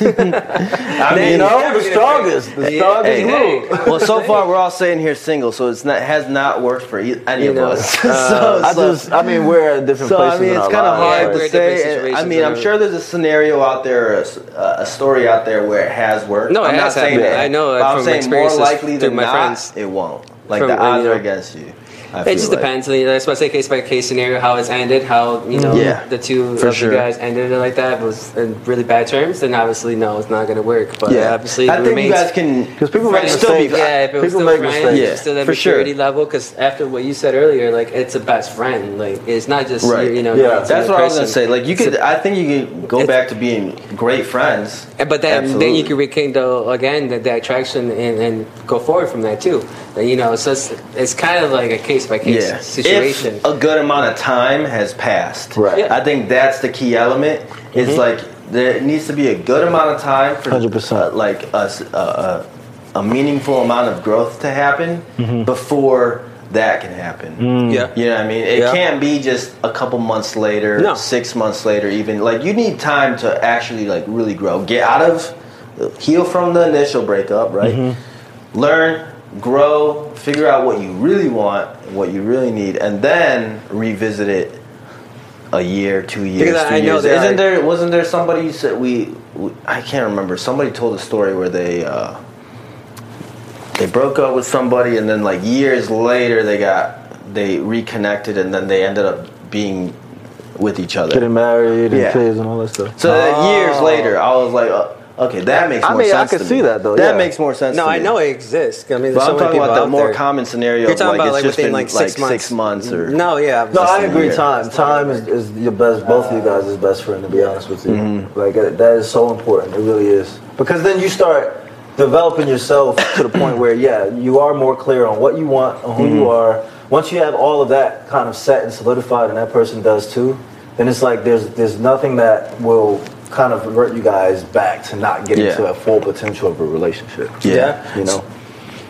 I mean,
You know
never
the
get it
strongest,
right.
the
Yeah.
strongest
Hey,
hey.
rule.
well, so far we're all sitting here single, so it's not has not worked for e- any
You
of
know,
us. so,
I
so-
just, I mean, we're at different
So
places.
I mean,
in
it's
our
kind of
lives,
Yeah,
hard
right?
we're
to
in different
say. I
situations
mean, I'm
or-
sure there's a scenario out there, a, s- a story out there where it has worked.
No, it
I'm
has
not saying
happened.
that.
I know,
But
like,
I'm
from
saying more
experiences
likely
through
than
my
not,
friends.
it won't. Like
From,
the
you
odds
know.
are against you. I
It
feel
just
like.
depends. You know, That's why I say case by case scenario, how it's ended, how you know
Yeah,
the two
for
of
sure.
you guys ended it like that was in really bad terms. Then obviously, no, it's not going to work. But
Yeah,
obviously,
I
it
think
remains.
you guys can
Because people
Right,
make
it
still
mistakes.
be-
yeah, if it was
people
still
make
friends,
mistakes.
Yeah,
it's still that
for sure.
maturity level. Because after what you said earlier, like it's a best friend. Like it's not just
Right.
your, you know.
Yeah.
your
That's
intimate
what I was gonna
person.
say. Like you
It's a-
could, I think you can go
It's-
back to being great friends.
And- But then, then
Absolutely.
you can rekindle again the, the attraction and, and go forward from that too. You know, so it's, it's kind of like a case by
yeah.
case situation.
If a good amount of time has passed,
Right.
Yeah.
I think that's the key element. It's like there needs to be a good amount of time for
100%.
uh, like a, s- a- a- a meaningful amount of growth to happen before that can happen.
Yeah.
you know what I mean. It
Yeah.
can't be just a couple months later,
No.
six months later, even like you need time to actually like really grow, get out of, heal from the initial breakup, right?
Mm-hmm.
learn, grow, figure out what you really want, what you really need, and then revisit it a year, two years,
Because I-
three
I know
years.
that
Isn't
I-
there? Wasn't there somebody you said we, we? I can't remember. Somebody told a story where they uh, they broke up with somebody, and then like years later they got they reconnected, and then they ended up being with each other.
Getting married and
Yeah.
kids and all that stuff.
So that years later, I was like, uh, okay, that makes
I
more
mean, I
sense.
could
to
see
me.
that, though,
That
yeah.
makes more sense.
No,
to
I
me.
know it exists. I mean, there's
But
so
I'm
many
talking
people
about the
out
more
there.
common scenario.
You're
of,
talking about
like, it's
like
just
within
been
like six months.
six months or
no, yeah.
No, I
Listen,
agree.
yeah.
Time, time is, is your best. Both of you guys is best friend. To be honest with you,
Mm-hmm.
like uh, that is so important. It really is because then you start developing yourself to the point where yeah, you are more clear on what you want, on who
Mm-hmm.
you are. Once you have all of that kind of set and solidified, and that person does too, then it's like there's there's nothing that will kind of revert you guys back to not getting
Yeah.
to a full potential of a relationship.
Yeah.
you know.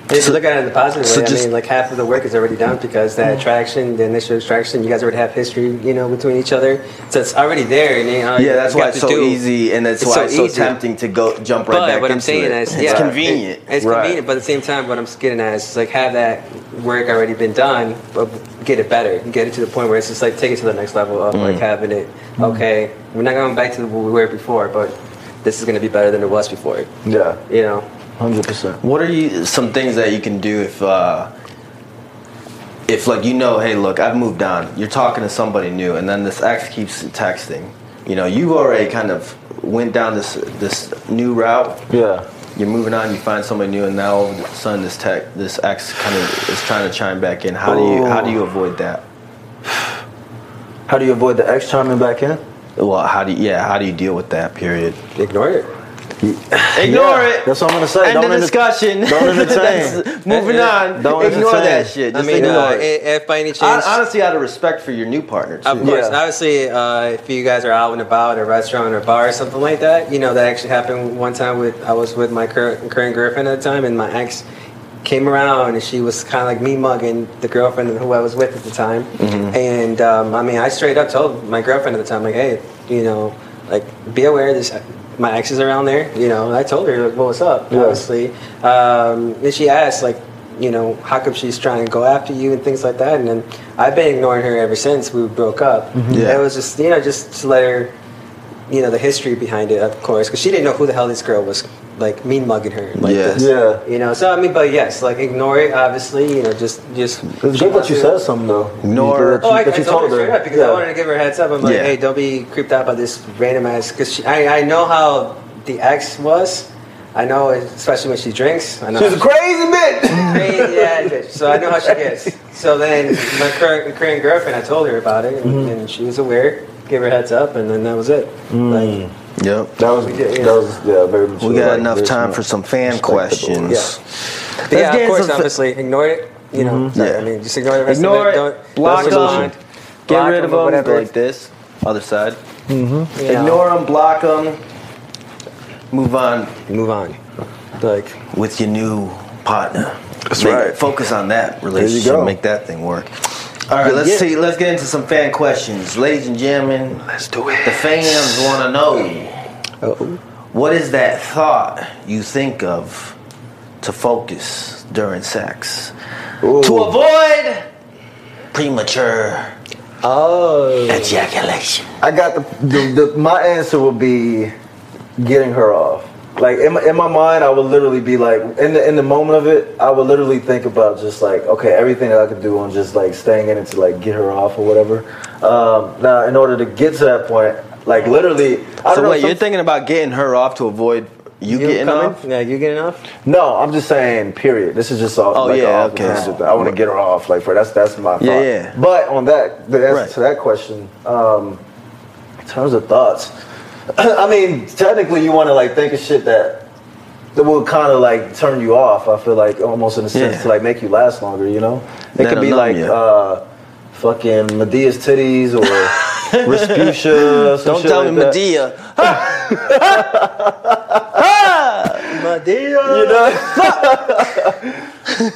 If you look at it in the positive
so
way, I
just-
mean, like half of the work is already done because that attraction, the initial attraction, you guys already have history, you know, between each other, so it's already there. And, you know,
Yeah, that's
you
why
got
it's
to
so
do-
easy, and that's
It's
why
so
it's so
easy.
tempting to go jump right
but
back
what I'm
into
saying
it.
is,
it's
yeah,
convenient.
it- it's
Right.
convenient, but at the same time, what I'm getting at is like have that work already been done, but get it better, get it to the point where it's just
Mm.
like take it to the next level of like having it. Okay, we're not going back to what we were before, but this is going to be better than it was before.
Yeah,
You know,
hundred percent.
What are you some things that you can do if uh, if like you know, hey, look, I've moved on. You're talking to somebody new, and then this ex keeps texting. You know, you've already kind of went down this this new route.
Yeah,
You're moving on. You find somebody new, and now all of a sudden, this tech, this ex, kind of is trying to chime back in. How do you how do you
Oh.
avoid that?
how do you avoid the X chiming back in?
Well, how do you, yeah? How do you deal with that? Period.
ignore it.
Ignore
Yeah,
it.
That's what I'm gonna say.
End
don't
of
enter-
discussion.
don't entertain. Eh,
That's- moving on.
Don't
ignore
entertain.
that shit.
I
Just
mean,
ignore
uh,
it.
if if by any chance,
Hon- honestly, out of respect for your new partner, too.
Of course.
Yeah.
And obviously, uh, if you guys are out and about at a restaurant or bar or something like that, you know, that actually happened one time with, I was with my current, current girlfriend at the time, and my ex came around and she was kind of like me mugging the girlfriend who I was with at the time. And um, I mean, I straight up told my girlfriend at the time, like, hey, you know, like, be aware this. My ex is around there, you know. And I told her, like, well, what's up?
Yeah.
Obviously, um, and she asked, like, you know, how come she's trying to go after you and things like that. And then I've been ignoring her ever since we broke up.
Yeah.
It was just, you know, just to let her, you know, the history behind it, of course, because she didn't know who the hell this girl was, like, mean mugging her like
Yeah.
this.
Yeah.
You know, so I mean, but yes, like, ignore it, obviously, you know, just, just.
It's good that you said something though.
Ignore-
You did that you-
Oh, I,
that
I
you
told her straight up because I
Yeah.
wanted to give her a heads up. I'm like,
Yeah.
hey, don't be creeped out by this random ass. Because I, I know how the ex was. I know, especially when she drinks. I know
She's a crazy bitch.
crazy ass bitch. So I know how she gets. So then my current, current girlfriend, I told her about it, and,
Mm-hmm.
and she was aware. Gave her a heads up, and then that was it.
Mm.
Like,
Yep.
That was
We did, yeah.
that was yeah very. Mature,
We got
like,
enough
very
time
smart.
for some fan
Respectable.
questions.
Yeah. yeah, of
get
course,
some-
obviously, ignore it. You know, sorry,
Yeah.
I mean, just ignore the rest
Ignore
of it.
it.
Don't
Block
don't
them.
respond.
Get
Block
rid of
or
them.
Whatever. Mm-hmm.
Like this. Other side.
you know.
Ignore them. Block them. Move on
Move on. Like,
with your new partner. That's
right.
Focus on that relationship.
go.
Make that thing work. All right, let's
Yeah.
see. Let's get into some fan questions, ladies and gentlemen. Let's do it. The fans want to know
oh,
what is that thought you think of to focus during sex to avoid premature
oh,
ejaculation.
I got the, the, the my answer would be getting her off. Like in my, in my mind, I would literally be like in the in the moment of it, I would literally think about just like okay, everything that I could do on just like staying in it to like get her off or whatever. Um, now, in order to get to that point, like literally, I don't
So
know,
wait,
some-
you're thinking about getting her off to avoid you,
you
getting
coming?
off?
Yeah, you getting off?
no, I'm just saying. Period. This is just all.
Oh,
like,
yeah,
a off
okay.
tangent. I want to get her off. Like for that's that's my thought.
Yeah, yeah.
But on that, the answer
Right.
to that question, um, in terms of thoughts, I mean, technically, you want to like think of shit that that will kind of like turn you off. I feel like almost in a sense
Yeah.
to like make you last longer. You know, it
That'll
could be
numb
like.
you.
uh Fucking Medea's titties or Respucia. some
Don't
shit
tell
like
me
that.
Medea.
My dear.
You know?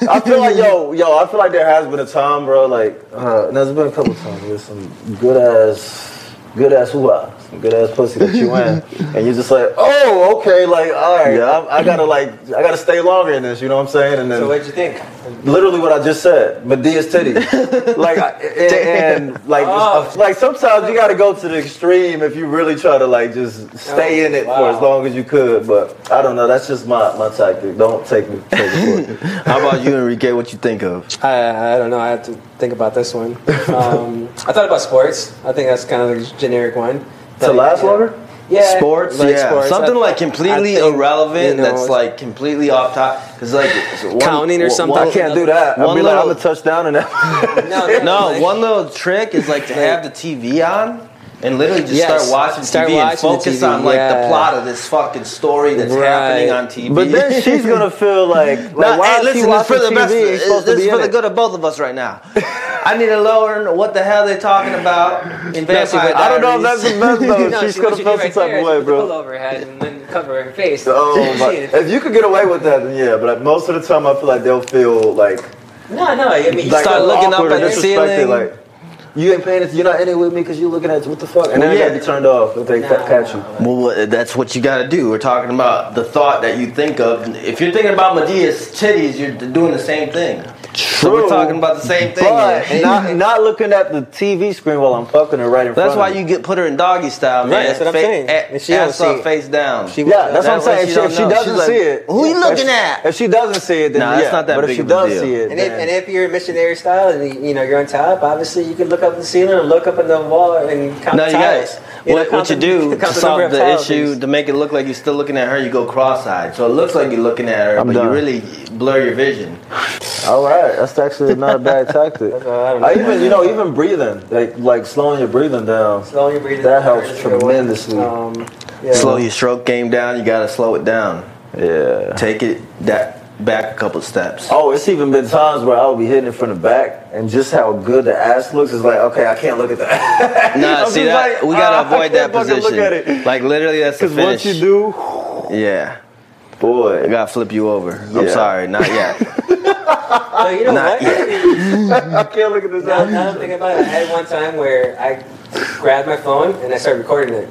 I feel like yo, yo, I feel like there has been a time, bro, like uh and there's been a couple times with some good ass good ass whoa, some good ass pussy that you in. and you're just like, oh, okay, like all right,
Yeah.
I, I gotta like I gotta stay longer in this, you know what I'm saying? And then
Um,
So what'd you think?
literally what I just said, Medea's titties. like, I- and, and like,
Oh.
like sometimes you got to go to the extreme if you really try to like just stay
Oh,
in it for
wow.
as long as you could. But I don't know. That's just my my tactic. Don't take me. Take me for it.
How about you, Enrique? What you think of?
I, I don't know. I have to think about this one. Um, I thought about sports. I think that's kind of a generic one.
To
Like,
last
yeah.
longer?
Yeah.
sports,
like
yeah,
sports.
something
I-
like
I
completely
think,
irrelevant.
you know,
that's like completely off top. Cause like it's one-
Counting or
one-
something?
I can't do that. I'll
One
be like,
little-
I'm gonna touch down in that.
No, no,
No,
like-
one little trick is like to have the TV on and literally just
Yes,
start watching
start
TV and
watching the
focus
TV,
on like the
yeah.
plot of this fucking story that's
Right.
happening on TV.
but then she's gonna feel like, like
Now,
why
hey,
is
listen, this
she
is
watching
for the
TV?
best.
She's supposed to
This
be
is for
in
the
it.
good of both of us right now. I need to learn what the hell they're talking about in
Fancy
Vampire
with
I don't know if
Diaries.
that's the best though.
No,
she's
see,
gonna
what you
feel
do
some
right
type
there
of
is
way,
put the
bro.
pull over her head and then cover her face.
Oh my!
Shit.
If you could get away with that, then yeah. But like, most of the time, I feel like they'll feel like
No, no. I mean, you
like,
start
awkward
looking up
or
at the
disrespected,
ceiling.
Like, you ain't paying. atten- You're not in it with me because you're looking at what the fuck. And then
Well,
you
yeah.
gotta be turned off if they
Nah.
catch you.
Well, what, that's what you got to do. We're talking about the thought that you think of. If you're thinking about Medea's titties, you're doing the same thing. So we're talking about the same thing.
But
here.
not, not looking at the TV screen while I'm fucking her right in
that's
front
why
of
you get put her in doggy style, man.
Right, that's what I'm
Fa-
saying.
a-
And she
ass
don't see
up,
it.
face down.
She-
Yeah, that's what I'm
That way
saying.
she
If she,
don't
if she
know.
doesn't
She's like,
see it,
"Who you
if-
looking at?"
If she doesn't see it, then
Nah,
yeah.
it's not that
but
big
if she
of a
does
deal.
see it,
And if,
then-
and if you're missionary style and you- you know you're on top, obviously you can look up in the ceiling or look up in the wall and count
No,
the
you
tiles.
guys.
You know,
What,
count
what you
the-
do
count
to
the number
solve
of
the
tiles.
issue to make it look like you're still looking at her, you go cross-eyed, so it looks like you're looking at her,
I'm
but
done.
you really blur your vision.
All right, that's actually not a bad tactic.
I don't
I, even, you know, even breathing, like like slowing your breathing down.
Slow your breathing.
That helps
It's a good one.
tremendously.
Um, yeah.
Slow your stroke game down. You gotta slow it down.
Yeah.
Take it that back a couple steps.
Oh, it's even been times where I'll be hitting it from the back, and just how good the ass looks is like, okay, I can't look at the ass.
Nah,
I'm
see
just
that
like,
we gotta
ah, I
avoid that
can't fucking
position.
look at it.
Like literally, that's the
Because
finish.
once you do,
yeah, I
boy,
gotta flip you over. I'm
Yeah.
sorry, not yet.
So Oh, you know
Not
what?
I can't look at this
Now,
ass.
now I'm thinking about it. I had one time where I grabbed my phone and I started recording it.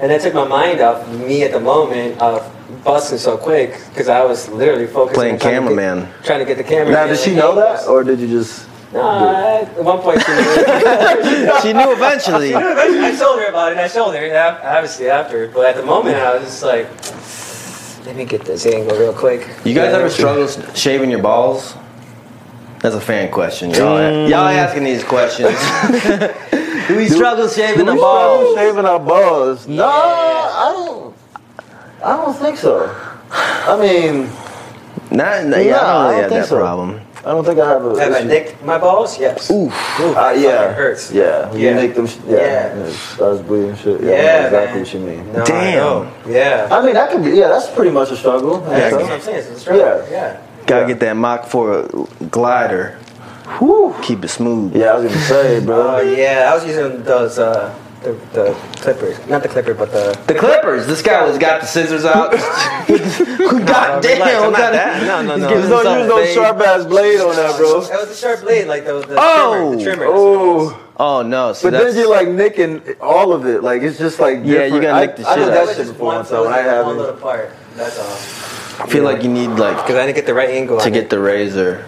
And that took my mind off me at the moment of busting so quick because I was literally focused
Playing
on trying to get-
cameraman.
Trying to get the camera.
Now, did she know that, or did you just?
No, I- at one point she knew.
she knew eventually.
I told her about it, and I told her, af- obviously, after. But at the moment, I was just like, let me get this angle real quick.
You guys ever struggle s- shaving your balls? That's a fan question. Y'all, y'all asking these questions. do we struggle shaving the
We
balls?
started Shaving our balls? No, I don't. I don't think so. I mean,
Not, not, yeah, I don't
Nah, I
really
don't
have
think
that
so.
problem.
I don't think I have a.
Have I
issue.
nicked my balls? Yes. Oof. Ooh,
Uh,
that
yeah,
fucking hurts.
Yeah, you
Yeah.
make them. Sh- yeah,
Yeah.
yeah. I was bleeding shit. Yeah, I know
Yeah,
exactly
man.
what you mean.
No, I
Damn.
know. Yeah.
I mean, that could be. Yeah, that's pretty much a struggle. I
That's
think
what
so.
I'm saying. It's a struggle.
Yeah.
Yeah.
Gotta get that Mach 4 glider.
Whew.
Keep it smooth.
Yeah, I was gonna say,
Uh,
Oh
bro.
yeah, I was using those uh, the, the clippers, not the clipper, but the.
The Clippers. This guy was got the scissors out. God damn.
relax, I'm not
God-
that. No, no,
he's
no.
giving
There's no,
himself
there's no
fade.
sharp ass blade on that, bro.
That was the sharp blade, like the, the
Oh!
trimmer. The trimmer.
Oh,
Oh no! See,
but
that's,
then you're like nicking all of it. Like it's just like
Yeah, you
different.
gotta
I-
nick the
I
shit
did
That
out.
that
was
shit
just
before
one,
one
so
time.
it was
I
just one little
haven't.
part. That's all.
I feel like you need like
Because I didn't get the right angle
to
on
get
it.
the razor.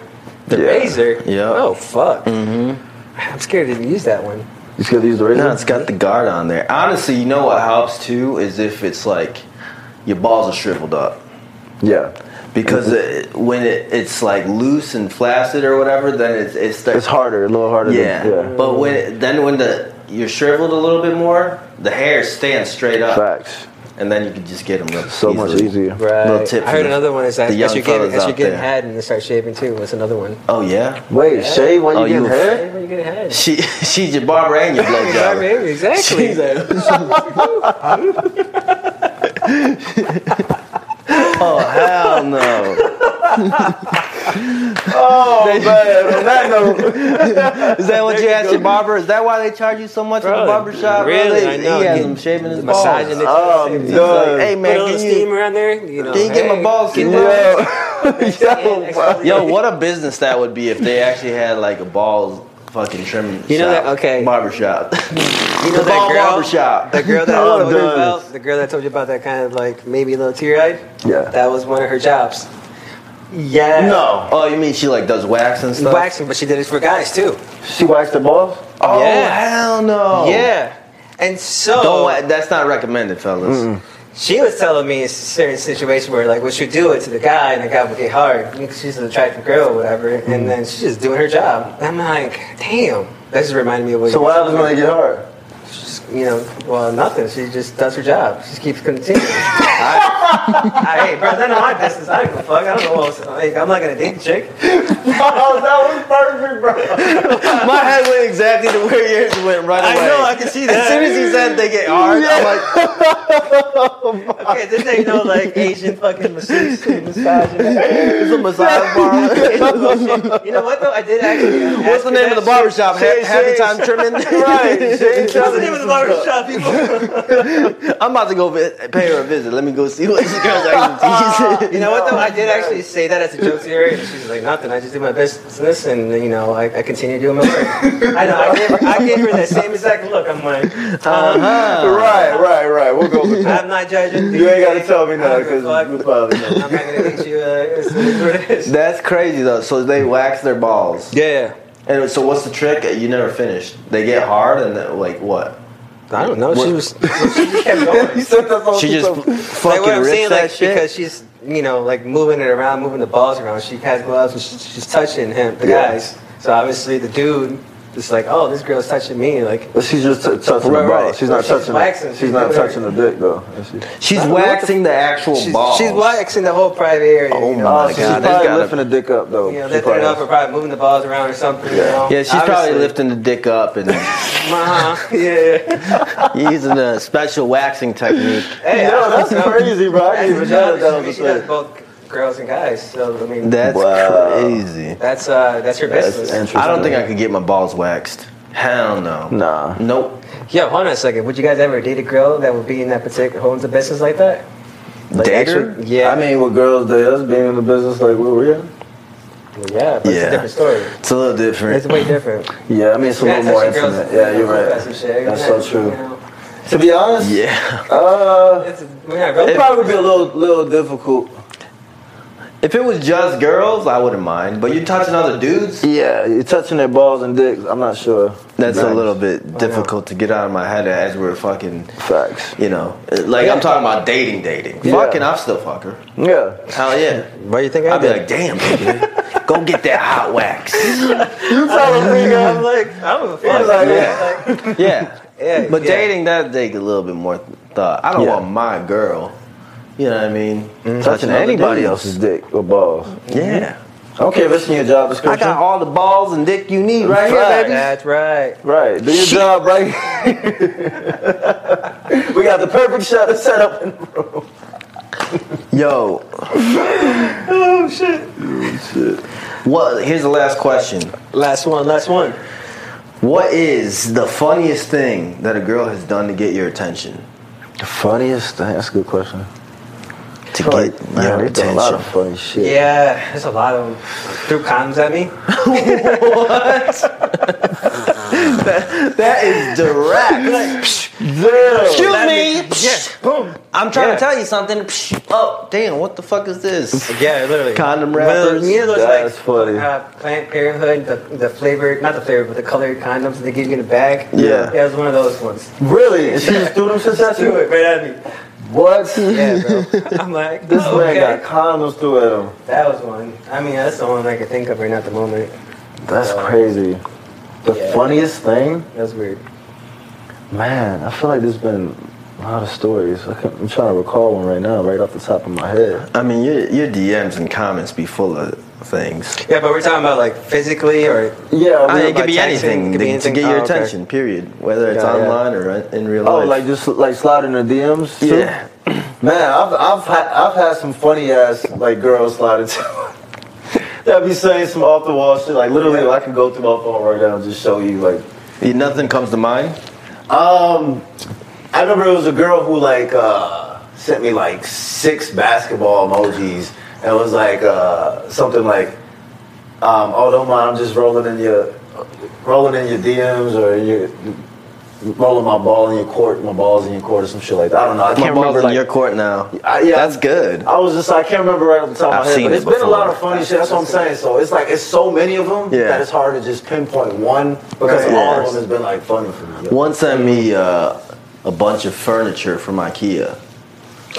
the
Yeah.
razor.
Yeah.
Oh fuck. Mm-hmm. I'm scared to use that one.
You could use the razor.
No, it's got the guard on there. Honestly, you know what helps too is if it's like your balls are shriveled up
yeah,
because it,
Mm-hmm.
when it, it's like loose and flaccid or whatever, then it's it's,
it's harder, a little harder.
Yeah.
than, yeah.
but when it, then when the you're shriveled a little bit more, the hair stands straight up,
Facts.
and then you can just get them real
So much easier.
Right.
Little tip
I heard
for
another one is that
the
as
young
you're getting
fellas
as you're
out
getting
there.
had and they start shaving too. What's another one?
Oh yeah,
Wait, shave while you
Oh,
getting
you-
hair?
Hey, when you get had.
she she's your barber and your
Yeah,
blowjob.
baby, exactly.
She's a- oh hell no!
Oh man, on that note,
Is that what you asked your barber? Is that why they charge you so much at the
Bro,
barber shop? bro?
really,
They-
I know.
He has
You-
them shaving his
Massaging
balls.
it.
oh, I'm
He's like,
done.
hey
Put a
man,
little
can you,
steam around there. You know.
can you get my
hey.
balls?
yo,
cleaned up?
yo, wow.
Yo, what a business that would be if they actually had like a balls fucking trim.
You know
shop,
that- okay.
barbershop.
You know
The
that
ball
girl,
barbershop.
the girl that I
I
told
wanna
you
do this.
about, the girl that told you about that kind of like maybe a little teary-eyed.
Yeah.
that was one of her jobs. Yeah,
no,
oh, you mean she like does wax and stuff?
waxing, but she did it for guys too.
she waxed the balls.
Oh
Yeah.
hell no!
Yeah, and so
Oh. Don't. wa- That's not recommended, fellas.
she was telling me a certain situation where like, what you do it to the guy, and the guy would get hard. because She's an attractive girl, or whatever, and then she's just doing her job. I'm like, damn. That just reminded me of what.
So
you-
what happens when they get hard?
She's, you know, well, nothing. She just does her job. She just keeps continuing. I, I, hey, bro, none of my business. I don't give a fuck. I don't know what else. Like, I'm not gonna date the chick.
oh, that was perfect, bro.
My head went exactly to where yours went right
I
away.
know, I can see that.
As soon as he said they get hard, I'm like,
Okay, this ain't no like Asian fucking masseuse and massage.
it's a massage bar.
You know what though? I did actually. ask
What's the
her
name
that
of the barbershop? Ha-
Shay,
Happy
Shay.
Time Trimming?
right? She ain't
shit. What's the
telling
name of
you.
the barbershop, people?
I'm about to go vi- pay her a visit. Let me go see what this girl's actually decent.
You know what though? I did actually say that as a joke to her, and she's like, "Nothing. I just did my business, and you know, I, I continue doing my work." I know. I gave, her, I gave her that same exact look. I'm like, um,
Uh. Uh-huh.
Right, right, right. We'll go with that.
"I'm not judging."
You ain't got to tell me
I
now
don't give
because
a fuck.
we'll probably know.
I'm not gonna teach you. Uh, it's, it's what it is.
That's crazy though. So they wax their balls.
Yeah.
And so what's the trick? You never finished. They get hard and then, like what?
I don't know.
What-
She was. She just kept going.
You said that's all
She just
so-
like
fucking
what I'm
rips
saying,
that
like
shit.
because she's you know like moving it around, moving the balls around. She has gloves and she, she's touching him, the
Yeah.
guys. So obviously the dude is like, oh, this girl's touching me, like.
But she's just t- touching
Right,
the ball.
right.
She's not
She's
touching.
waxing.
The, she's
She's
not
doing
touching the dick though. Is she?
she's waxing the actual
She's,
balls.
she's waxing the whole private area.
Oh
you know?
my
she's
God, that's
probably
gotta-
lifting the dick up though.
You know,
She
lifting it
probably-
up or probably moving the balls around or something. You know?
Yeah, she's probably lifting the dick up and
Uh-huh. Yeah.
using a special waxing technique.
Hey,
Yo,
I-
that's
you know,
crazy, bro. I
that's the
didn't even know
job.
that
She-
was a
she does
thing.
both girls and guys. So I mean,
That's
Wow.
crazy.
that's uh, that's her business.
interesting.
I don't think I could get my balls waxed. Hell no.
Nah.
Nope.
Yo, hold on a second. Would you guys ever date a girl that would be in that particular who owns a business like that?
Like,
Dater?
actually-
Yeah.
I mean, with girls, they us being in the business like where we
Yeah,
at.
but it's
Yeah.
a different story.
It's a little
It's
different.
way different.
Yeah, I mean it's a little more
touching girls,
intimate. Yeah, you're
That's, some shit.
right. That's so
You
true.
know,
To be honest,
Yeah.
uh,
it's, we're not
it'd
really
probably be a little, little difficult.
If it was just girls, I wouldn't mind. But you're touching other dudes.
Yeah, you're touching their balls and dicks. I'm not sure.
That's
Nice.
a
Oh,
little bit difficult to get out of my head as we're fucking,
facts.
you know, like I'm talking about dating, dating.
Yeah.
Fucking, I'll still fuck her.
Yeah.
Hell yeah.
Why do you think I
I'd be
did?
like, damn, baby, go get that hot wax.
You telling me I'm like,
I'm a
He's
fuck.
like,
yeah. Like,
Yeah.
Yeah,
But
yeah.
dating that take a little bit more thought. I don't
Yeah. Mm-hmm.
want my girl. You know what I mean?
touching
other
anybody
dudes.
else's dick or balls.
Yeah.
I don't care if it's in your job
I
description.
got all the balls and dick you need right
Right.
here, baby.
That's right.
right, do your job right. we got the perfect shot to set up. In-
Yo. oh shit. What here's the last question.
Last one. Last one.
What is the funniest thing that a girl has done to get your attention?
the funniest thing. That's a good question.
To
Like,
get
man,
your
they've done a lot
attention.
of funny shit.
Yeah, there's a lot of them threw condoms at me.
That is direct.
Damn.
Excuse me.
Yeah. Boom.
I'm trying
Yeah.
to tell you something. Oh, damn, what the fuck is this?
Yeah, literally.
Condom
Well,
wrappers?
you know those
That's
like
funny.
Uh, Planned Parenthood, the, the flavored, not the flavored, but the colored condoms that they give you in a bag.
Yeah.
yeah, it was one of those ones.
Really? And she just threw them shits at
Threw
you?
it right at me.
What?
Yeah, bro. I'm like,
This
oh, okay.
man got condoms through at him.
That was one. I mean, that's the one I could think of right now at the moment.
That's
Uh,
crazy. The
yeah.
funniest thing?
That was weird.
Man, I feel like there's been a lot of stories. I can, I'm trying to recall one right now, right off the top of my head.
I mean, your, your DMs and comments be full of things.
Yeah, but we're talking about like physically or.
Yeah,
I
we-
mean, it could be
about
anything,
texting, it could be
to-
anything.
to get your
Oh, okay.
attention. Period. Whether it's
Yeah, yeah.
online or in- in real
oh,
life.
like just like sliding the DMs. too?
yeah.
man, I've I've had, I've had some funny ass like girls sliding to. That be saying some off the wall shit. Like literally, I can go through my phone right now and just show you like
You- Nothing comes to mind.
Um, I remember it was a girl who like uh, sent me like six basketball emojis, and it was like uh, something like, um, "Oh, don't mind, I'm just rolling in your, rolling in your DMs or in your." Rolling my ball in your court, my balls in your court, or some shit like that. I don't know.
I can't
my balls
remember
like-
your court now.
I- yeah.
That's good.
I was just I can't remember right off the top of
I've
my head,
seen
but
it
it's been a lot
before.
of funny shit. That's what I'm saying. So it's like it's so many of them
Yeah.
that it's hard to just pinpoint one because
Right.
all
Yeah.
of them has been like funny for me. Yo,
One sent me uh, a bunch of furniture from IKEA,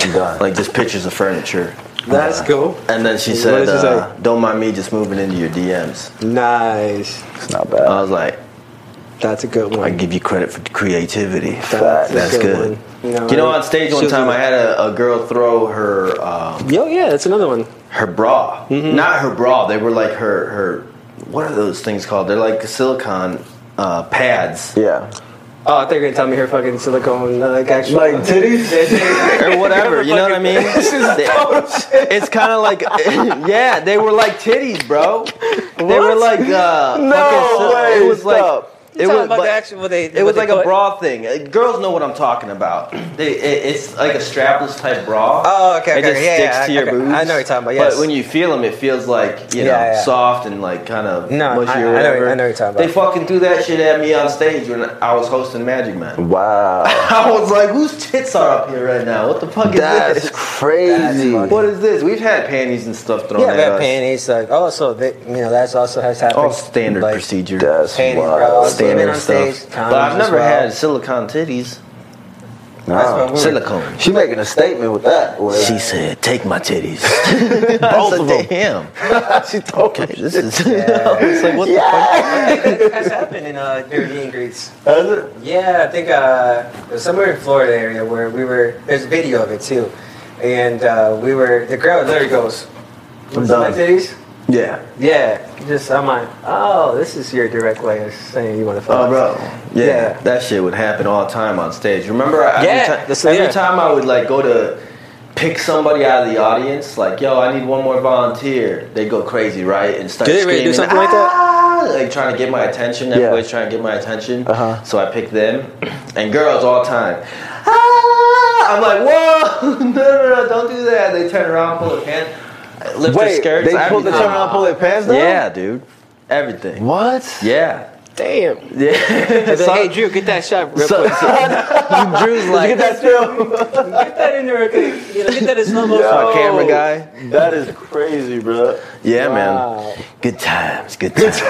I'm done.
like just pictures of furniture.
That's
Uh,
cool.
And then she
What
said,
did she
uh, "Don't mind me, just moving into your DMs."
Nice.
it's not bad.
I was like,
That's a good
"I
one.
give you credit for creativity."
That's, a
That's good.
one.
You know, on stage
she
one
was
time, I
like-
had a, a girl throw her um,
Yo, yeah, that's another one.
her bra, not her bra. They were like her her. What are those things called? They're like silicone uh, pads
Yeah.
Oh, I thought you were gonna tell me her fucking silicone uh, like actual
Like titties?
or whatever. you know what I mean? They- it's kind of like yeah, they were like titties, bro. They were like uh,
No
fucking sil-
way,
It was
stop.
like
It was about the actual. what They,
It was like
bra.
a bra thing. Uh, Girls know what I'm talking about. They, it, it's like a strapless type bra.
Oh, okay,
It
okay,
just
yeah,
sticks
yeah,
to your
okay. I
boobs.
know what you're talking about, yes.
But when you feel them, it feels like you know,
Yeah, yeah.
soft and like kind of
No, I-
mushy
I know
or
what-
whatever.
I know what you're talking
They
about.
fucking threw that shit at me on stage when I was hosting Magic Man.
Wow,
I was like, whose tits are up here right now? What the fuck is
that's
this?
crazy.
What is this? We've had panties and stuff thrown
Yeah,
at
that
us.
panties. Like, oh, so that you know, that's also has happened.
All standard
like,
procedure.
That's
Panties,
wild.
bro. Also been
standard
on
stuff.
stage,
but I've
condoms
never
as well.
had silicone titties.
That's
Nah.
what we-
Silicone.
She making a statement with that. Well,
She said, "Take my titties." Both of them. Damn. she told okay, this is. I was like, what
That has happened in uh, during meet and greets.
That's it.
Yeah, I think uh, it was somewhere in Florida area where we were. There's video of it too, and uh, we were. The girl literally goes, "What's
done.
my titties?"
the? Yeah.
Yeah, just I'm like, oh, this is your direct way of saying you want to fuck.
Oh, bro. Yeah,
Yeah.
that shit would happen all the time on stage. Remember, I-
Yeah,
every, ti-
this-
every
yeah.
time I would like go to pick somebody out of the audience, like, "Yo, I need one more volunteer." They go crazy, right, and start
Do they really
screaming,
do something like that?
"Ah!" Like trying to get my attention. Everybody's trying to get my attention.
Uh-huh.
So I pick them, and girls all the time. "Ah!" I'm like, "Whoa, no, no, no, don't do that!" They turn around, pull their pants, lift their
Wait,
skirts.
they pulled the
everything.
turn around, pull their pants down.
Yeah, dude, everything.
What?
Yeah.
Damn.
Yeah.
Like,
So-
hey, Drew, get that shot real
so,
quick.
so- Drew's like,
Get that still.
Get that in there, okay? You know, get that in slow motion.
"Oh, camera guy.
That is crazy, bro.
Yeah,
Wow.
man. Good times. Good times.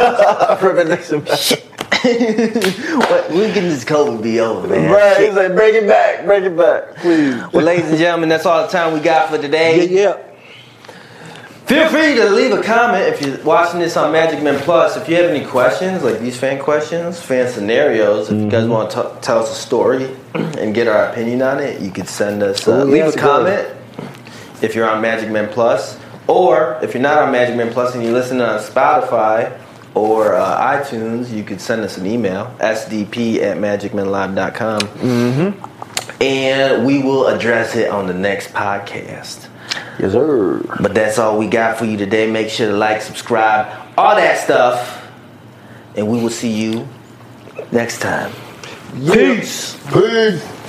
Reminiscing back.
what, when can this COVID be over, man?
Right, he's like, bring it back, bring it back, please.
Well, ladies and gentlemen, that's all the time we got for today.
Yeah.
Feel free to leave a comment if you're watching this on Magic Men Plus. If you have any questions, like these fan questions, fan scenarios, if you guys want to t- tell us a story and get our opinion on it, you could send us. Uh,
Ooh,
leave
that's
a comment if you're on Magic Men Plus, or if you're not on Magic Men Plus and you listen on Spotify or uh, iTunes, you could send us an email sdp at magicmenlive.com, and we will address it on the next podcast.
Yes, sir.
But that's all we got for you today. Make sure to like, subscribe, all that stuff. And we will see you next time.
Peace. Peace.